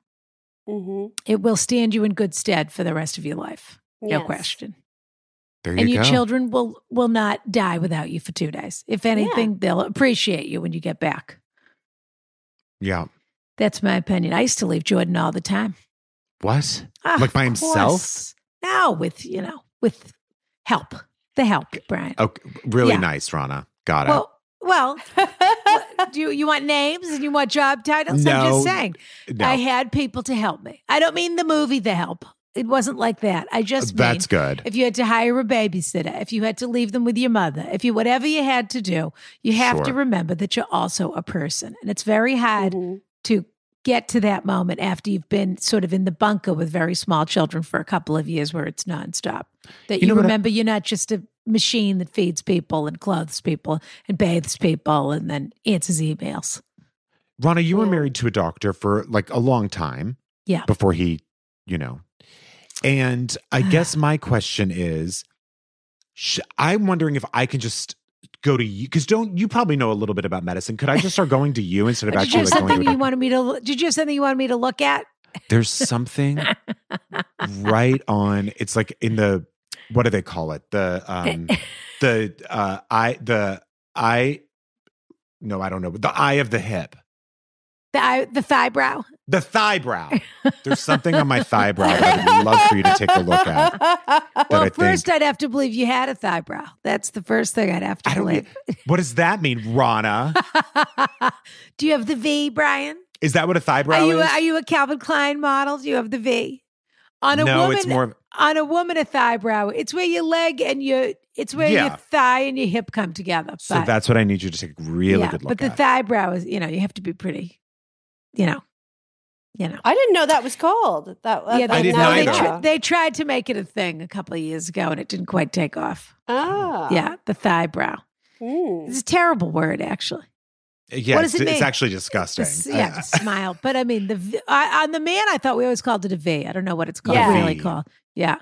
[SPEAKER 4] Mhm.
[SPEAKER 1] It will stand you in good stead for the rest of your life. No
[SPEAKER 4] Yes.
[SPEAKER 1] question
[SPEAKER 2] There
[SPEAKER 1] and
[SPEAKER 2] you
[SPEAKER 1] your
[SPEAKER 2] go.
[SPEAKER 1] children will will not die without you for two days. If anything, they'll appreciate you when you get back.
[SPEAKER 2] Yeah.
[SPEAKER 1] That's my opinion. I used to leave Jordan all the time.
[SPEAKER 2] What?
[SPEAKER 1] Ah,
[SPEAKER 2] Like by
[SPEAKER 1] of
[SPEAKER 2] himself?
[SPEAKER 1] course. No, with you know, with help. The help, Brian.
[SPEAKER 2] Okay. Really
[SPEAKER 1] Yeah.
[SPEAKER 2] nice, Rana. Got it.
[SPEAKER 1] well, well, what- do you, you want names and you want job titles? I'm
[SPEAKER 2] No,
[SPEAKER 1] just saying.
[SPEAKER 2] No,
[SPEAKER 1] I had people to help me. I don't mean the movie The Help. It wasn't like that. I just mean
[SPEAKER 2] that's good.
[SPEAKER 1] If you had to hire a babysitter, if you had to leave them with your mother, if you whatever you had to do, you have to
[SPEAKER 2] Sure.
[SPEAKER 1] remember that you're also a person. And it's very hard
[SPEAKER 4] Mhm.
[SPEAKER 1] to get to that moment after you've been sort of in the bunker with very small children for a couple of years where it's nonstop. That
[SPEAKER 2] You
[SPEAKER 1] you,
[SPEAKER 2] know what I-
[SPEAKER 1] remember you're not just a machine that feeds people and clothes people and bathes people and then answers emails.
[SPEAKER 2] Rana, you were
[SPEAKER 4] Yeah.
[SPEAKER 2] married to a doctor for like a long time.
[SPEAKER 1] Yeah.
[SPEAKER 2] Before he, you know. And I guess my question is sh- I'm wondering if I can just go to you because don't you probably know a little bit about medicine? Could I just start going to you instead of
[SPEAKER 1] Did you
[SPEAKER 2] actually
[SPEAKER 1] have
[SPEAKER 2] like, going to a
[SPEAKER 1] something you
[SPEAKER 2] doctor?
[SPEAKER 1] wanted me to lo- did you have something you wanted me to look at?
[SPEAKER 2] There's something right on. It's like in the what do they call it? The um the uh I the I no, I don't know. The eye of the hip.
[SPEAKER 1] The eye, the thigh brow.
[SPEAKER 2] The thigh brow. There's something on my thigh brow that I would love for you to take a look at. That
[SPEAKER 1] Well,
[SPEAKER 2] I
[SPEAKER 1] first
[SPEAKER 2] think,
[SPEAKER 1] I'd have to believe you had a thigh brow. That's the first thing I'd have to
[SPEAKER 2] I don't
[SPEAKER 1] believe.
[SPEAKER 2] what does that mean, Rana? e-,
[SPEAKER 1] Do you have the V, Brian?
[SPEAKER 2] Is that what a thigh brow
[SPEAKER 1] Are you
[SPEAKER 2] is?
[SPEAKER 1] are you a Calvin Klein model? Do you have the V? On a
[SPEAKER 2] no,
[SPEAKER 1] woman,
[SPEAKER 2] it's more of
[SPEAKER 1] on a woman, a thigh brow. It's where your leg and your it's where
[SPEAKER 2] Yeah.
[SPEAKER 1] your thigh and your hip come together.
[SPEAKER 2] so
[SPEAKER 1] but,
[SPEAKER 2] that's what I need you to take a really
[SPEAKER 1] yeah,
[SPEAKER 2] good look
[SPEAKER 1] But the
[SPEAKER 2] at.
[SPEAKER 1] thigh brow is you know you have to be pretty, you know, you know.
[SPEAKER 4] I didn't know that was called. That, that
[SPEAKER 2] I
[SPEAKER 4] that-
[SPEAKER 2] didn't
[SPEAKER 1] no,
[SPEAKER 4] now I
[SPEAKER 1] they,
[SPEAKER 2] either.
[SPEAKER 4] know.
[SPEAKER 1] tr- they tried to make it a thing a couple of years ago and it didn't quite take off.
[SPEAKER 4] ah,
[SPEAKER 1] Yeah, the thigh brow.
[SPEAKER 4] Hmm.
[SPEAKER 1] It's a terrible word, actually.
[SPEAKER 2] yeah,
[SPEAKER 1] what does
[SPEAKER 2] it's,
[SPEAKER 1] it
[SPEAKER 2] it's
[SPEAKER 1] mean?
[SPEAKER 2] actually disgusting.
[SPEAKER 1] This-
[SPEAKER 2] I-
[SPEAKER 1] yeah, the smile. But I mean, the v- I, on the man, I thought we always called it a V. I don't know what it's called.
[SPEAKER 4] Yeah.
[SPEAKER 1] Really
[SPEAKER 2] V.
[SPEAKER 1] called. Yeah.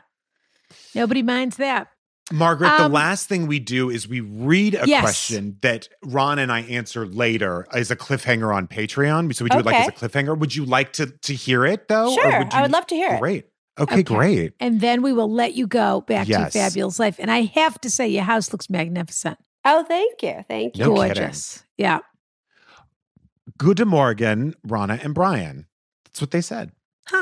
[SPEAKER 1] Nobody minds that.
[SPEAKER 2] Margaret, the
[SPEAKER 1] Um,
[SPEAKER 2] last thing we do is we read a
[SPEAKER 1] Yes.
[SPEAKER 2] question that Ron and I answer later as a cliffhanger on Patreon. So we do it like as a
[SPEAKER 4] Okay.
[SPEAKER 2] cliffhanger. Would you like to to hear it though?
[SPEAKER 4] Sure, I would love to hear it.
[SPEAKER 2] Great. Okay,
[SPEAKER 1] Okay.
[SPEAKER 2] great.
[SPEAKER 1] And then we will let you go back
[SPEAKER 2] Yes.
[SPEAKER 1] to your fabulous life. And I have to say, your house looks magnificent.
[SPEAKER 4] Oh, thank you, thank you.
[SPEAKER 2] No kidding.
[SPEAKER 1] Gorgeous. Yeah.
[SPEAKER 2] Good morgen, Rana and Brian. That's what they said.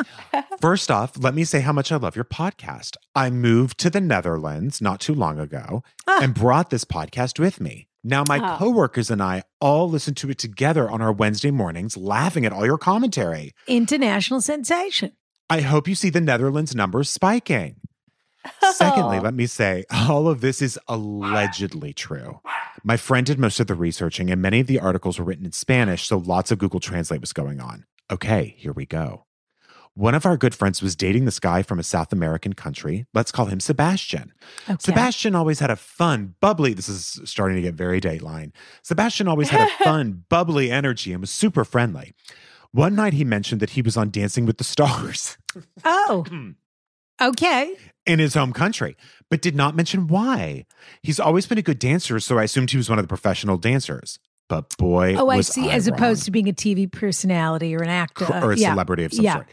[SPEAKER 2] First off, let me say how much I love your podcast. I moved to the Netherlands not too long ago
[SPEAKER 1] Ah.
[SPEAKER 2] and brought this podcast with me. Now, my
[SPEAKER 4] Oh.
[SPEAKER 2] coworkers and I all listen to it together on our Wednesday mornings, laughing at all your commentary.
[SPEAKER 1] International sensation.
[SPEAKER 2] I hope you see the Netherlands numbers spiking. Secondly, let me say all of this is allegedly true. My friend did most of the researching, and many of the articles were written in Spanish, so lots of Google Translate was going on. Okay, here we go. One of our good friends was dating this guy from a South American country. Let's call him Sebastian.
[SPEAKER 1] Okay.
[SPEAKER 2] Sebastian always had a fun, bubbly. This is starting to get very Dateline. Sebastian always had a fun, bubbly energy and was super friendly. One night he mentioned that he was on Dancing with the Stars
[SPEAKER 1] Oh. okay.
[SPEAKER 2] in his home country, but did not mention why. He's always been a good dancer, so I assumed he was one of the professional dancers. But boy,
[SPEAKER 1] Oh, I
[SPEAKER 2] was
[SPEAKER 1] see. As
[SPEAKER 2] wrong.
[SPEAKER 1] opposed to being a TV personality or an actor.
[SPEAKER 2] Cr- or a
[SPEAKER 1] yeah.
[SPEAKER 2] celebrity of some
[SPEAKER 1] Yeah.
[SPEAKER 2] sort.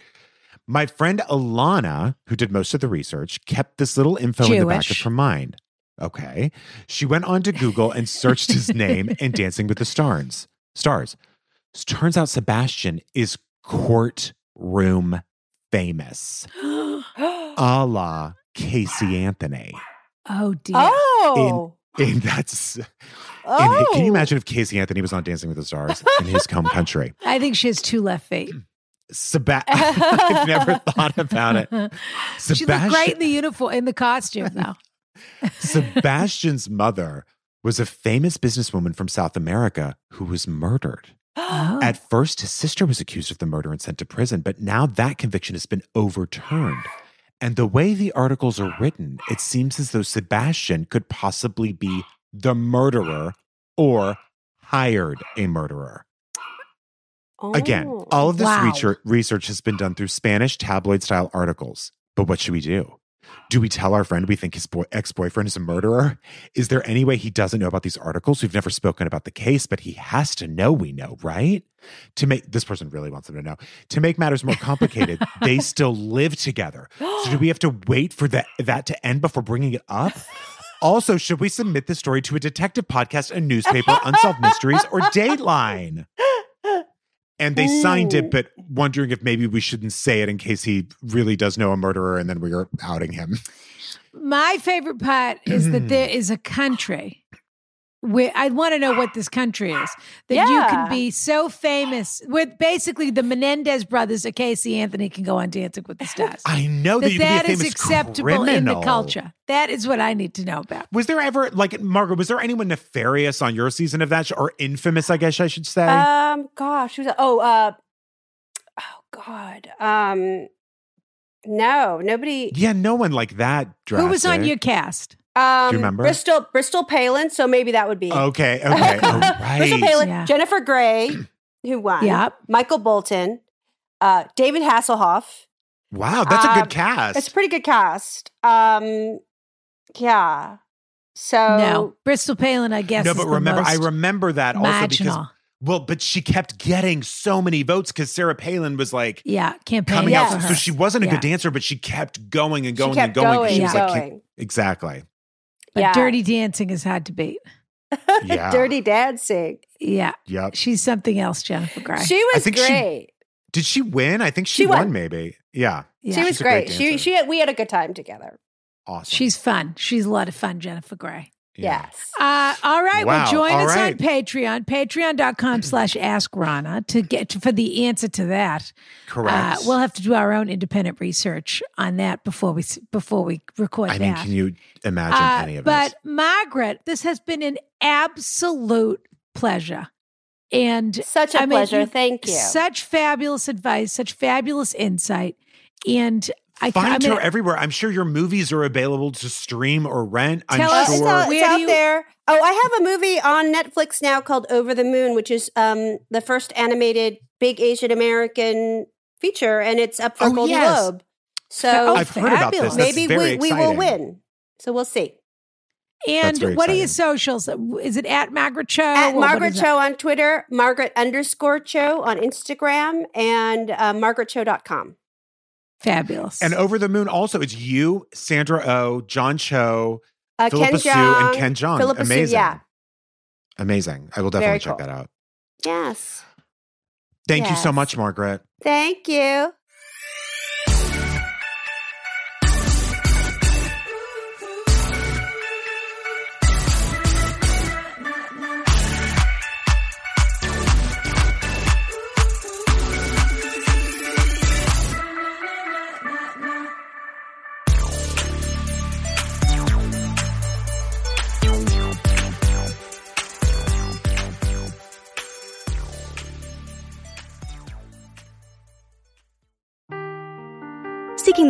[SPEAKER 2] My friend Alana, who did most of the research, kept this little info in the back of
[SPEAKER 1] Jewish.
[SPEAKER 2] her mind. Okay. She went on to Google and searched his name and Dancing with the Stars. Stars. S- Turns out Sebastian is courtroom famous. a la Casey Anthony.
[SPEAKER 1] Oh, dear.
[SPEAKER 4] oh,
[SPEAKER 2] And that's and
[SPEAKER 4] oh.
[SPEAKER 2] can you imagine if Casey Anthony was on Dancing with the Stars in his home country?
[SPEAKER 1] I think she has two left feet.
[SPEAKER 2] Seba- I've never thought about it. Sebastian
[SPEAKER 1] She looked great in the uniform, in the costume, though.
[SPEAKER 2] Sebastian's mother was a famous businesswoman from South America who was murdered.
[SPEAKER 1] Oh.
[SPEAKER 2] At first, his sister was accused of the murder and sent to prison, but now that conviction has been overturned. And the way the articles are written, it seems as though Sebastian could possibly be the murderer or hired a murderer. Again,
[SPEAKER 4] Oh.
[SPEAKER 2] all of this
[SPEAKER 1] Wow.
[SPEAKER 2] research, research has been done through Spanish tabloid style articles. But what should we do? Do we tell our friend we think his boy- ex boyfriend is a murderer? Is there any way he doesn't know about these articles? We've never spoken about the case, but he has to know we know, right? To make this person really wants him to know. To make matters more complicated, they still live together. So do we have to wait for that, that to end before bringing it up? Also, should we submit this story to a detective podcast, a newspaper, Unsolved Mysteries, or Dateline? And they signed
[SPEAKER 4] Ooh.
[SPEAKER 2] it, but wondering if maybe we shouldn't say it in case he really does know a murderer and then we are outing him.
[SPEAKER 1] My favorite part is that there
[SPEAKER 2] Mm.
[SPEAKER 1] is a country where I want to know what this country is that you
[SPEAKER 4] Yeah.
[SPEAKER 1] can be so famous with basically the Menendez brothers or Casey Anthony can go on Dancing with the Stars.
[SPEAKER 2] I know that,
[SPEAKER 1] that
[SPEAKER 2] you could
[SPEAKER 1] that
[SPEAKER 2] be a
[SPEAKER 1] is
[SPEAKER 2] famous
[SPEAKER 1] acceptable in the
[SPEAKER 2] criminal.
[SPEAKER 1] culture. That is what I need to know about.
[SPEAKER 2] Was there ever, like, Margaret, was there anyone nefarious on your season of that show or infamous, I guess I should say?
[SPEAKER 4] Um, gosh, who's oh, uh, oh God, um, no, nobody.
[SPEAKER 2] yeah, no one like that. Drastic.
[SPEAKER 1] Who was on your cast?
[SPEAKER 4] Um,
[SPEAKER 2] remember?
[SPEAKER 4] Bristol Bristol Palin? So maybe that would be
[SPEAKER 2] Okay, okay, all
[SPEAKER 4] Bristol
[SPEAKER 2] right.
[SPEAKER 4] Palin,
[SPEAKER 1] Yeah.
[SPEAKER 4] Jennifer Gray, who won?
[SPEAKER 1] Yep.
[SPEAKER 4] Michael Bolton, uh, David Hasselhoff.
[SPEAKER 2] Wow, that's a
[SPEAKER 4] Um,
[SPEAKER 2] good cast.
[SPEAKER 4] It's a pretty good cast. Um, yeah. So
[SPEAKER 1] no, Bristol Palin. I guess.
[SPEAKER 2] no,
[SPEAKER 1] is
[SPEAKER 2] but
[SPEAKER 1] the
[SPEAKER 2] remember, I
[SPEAKER 1] most
[SPEAKER 2] remember that also because
[SPEAKER 1] marginal.
[SPEAKER 2] well, but she kept getting so many votes because Sarah Palin was like
[SPEAKER 1] yeah, campaign
[SPEAKER 2] coming
[SPEAKER 4] Yes.
[SPEAKER 1] for
[SPEAKER 2] out.
[SPEAKER 1] her.
[SPEAKER 2] So she wasn't a
[SPEAKER 1] Yeah.
[SPEAKER 2] good dancer, but she kept going and
[SPEAKER 4] she
[SPEAKER 2] going
[SPEAKER 4] kept
[SPEAKER 2] and going. 'cause
[SPEAKER 4] going,
[SPEAKER 2] she was
[SPEAKER 1] yeah.
[SPEAKER 2] like,
[SPEAKER 4] going.
[SPEAKER 2] exactly.
[SPEAKER 1] but
[SPEAKER 4] yeah.
[SPEAKER 1] Dirty Dancing is hard to beat.
[SPEAKER 2] Yeah.
[SPEAKER 4] Dirty Dancing.
[SPEAKER 1] Yeah,
[SPEAKER 2] Yep.
[SPEAKER 1] she's something else, Jennifer Grey.
[SPEAKER 4] She was
[SPEAKER 2] think she-
[SPEAKER 4] great.
[SPEAKER 2] Did she win? I think she,
[SPEAKER 4] She
[SPEAKER 2] won.
[SPEAKER 4] won.
[SPEAKER 2] Maybe. Yeah.
[SPEAKER 4] She,
[SPEAKER 1] Yeah.
[SPEAKER 4] was
[SPEAKER 2] She's a great
[SPEAKER 4] great. She
[SPEAKER 2] dancer.
[SPEAKER 4] she had, we had a good time together.
[SPEAKER 2] Awesome.
[SPEAKER 1] She's fun. She's a lot of fun, Jennifer Grey.
[SPEAKER 4] Yes.
[SPEAKER 1] Uh, all right.
[SPEAKER 2] Wow,
[SPEAKER 1] Well, join
[SPEAKER 2] all
[SPEAKER 1] us
[SPEAKER 2] right.
[SPEAKER 1] on Patreon, patreon.com slash ask Rana to get for the answer to that. Uh,
[SPEAKER 2] Correct.
[SPEAKER 1] we'll have to do our own independent research on that before we s- before we record
[SPEAKER 2] I
[SPEAKER 1] that.
[SPEAKER 2] mean, can you imagine
[SPEAKER 1] Uh,
[SPEAKER 2] any of
[SPEAKER 1] but
[SPEAKER 2] us?
[SPEAKER 1] Margaret, this has been an absolute pleasure. And
[SPEAKER 4] Such a
[SPEAKER 1] I mean,
[SPEAKER 4] pleasure.
[SPEAKER 1] you-
[SPEAKER 4] Thank you.
[SPEAKER 1] Such fabulous advice, such fabulous insight. And I
[SPEAKER 2] Find
[SPEAKER 1] I mean,
[SPEAKER 2] her everywhere. I'm sure your movies are available to stream or rent.
[SPEAKER 1] Tell
[SPEAKER 2] I'm
[SPEAKER 1] us
[SPEAKER 4] Uh, it's
[SPEAKER 2] sure.
[SPEAKER 4] out, it's
[SPEAKER 1] Where do
[SPEAKER 4] out
[SPEAKER 1] you-
[SPEAKER 4] there. Oh, I have a movie on Netflix now called Over the Moon, which is um, the first animated big Asian American feature, and it's up for
[SPEAKER 2] Oh,
[SPEAKER 4] a Golden
[SPEAKER 2] yes.
[SPEAKER 4] Globe. So
[SPEAKER 1] Oh,
[SPEAKER 2] I've heard about this.
[SPEAKER 1] fabulous.
[SPEAKER 2] That's
[SPEAKER 4] maybe
[SPEAKER 2] very
[SPEAKER 4] we, we will
[SPEAKER 2] exciting.
[SPEAKER 4] win. So we'll see.
[SPEAKER 1] and
[SPEAKER 2] very
[SPEAKER 1] what are your
[SPEAKER 2] exciting.
[SPEAKER 1] socials? Is it at Margaret Cho?
[SPEAKER 4] At
[SPEAKER 1] or what
[SPEAKER 4] Margaret
[SPEAKER 1] is it?
[SPEAKER 4] Cho on Twitter, Margaret underscore Cho on Instagram, and uh, margaretcho.com.
[SPEAKER 1] Fabulous.
[SPEAKER 2] And Over the Moon also it's you, Sandra O, oh, John Cho,
[SPEAKER 4] Uh,
[SPEAKER 2] Philippa
[SPEAKER 4] Ken
[SPEAKER 2] Sue, and
[SPEAKER 4] Jeong,
[SPEAKER 2] Ken Jeong.
[SPEAKER 4] Philippa Sue,
[SPEAKER 2] Amazing.
[SPEAKER 4] yeah.
[SPEAKER 2] Amazing. I will
[SPEAKER 4] Very
[SPEAKER 2] definitely check
[SPEAKER 4] cool.
[SPEAKER 2] that out.
[SPEAKER 4] Yes.
[SPEAKER 2] Thank you so
[SPEAKER 4] Yes.
[SPEAKER 2] much, Margaret.
[SPEAKER 4] Thank you.
[SPEAKER 6] Seeking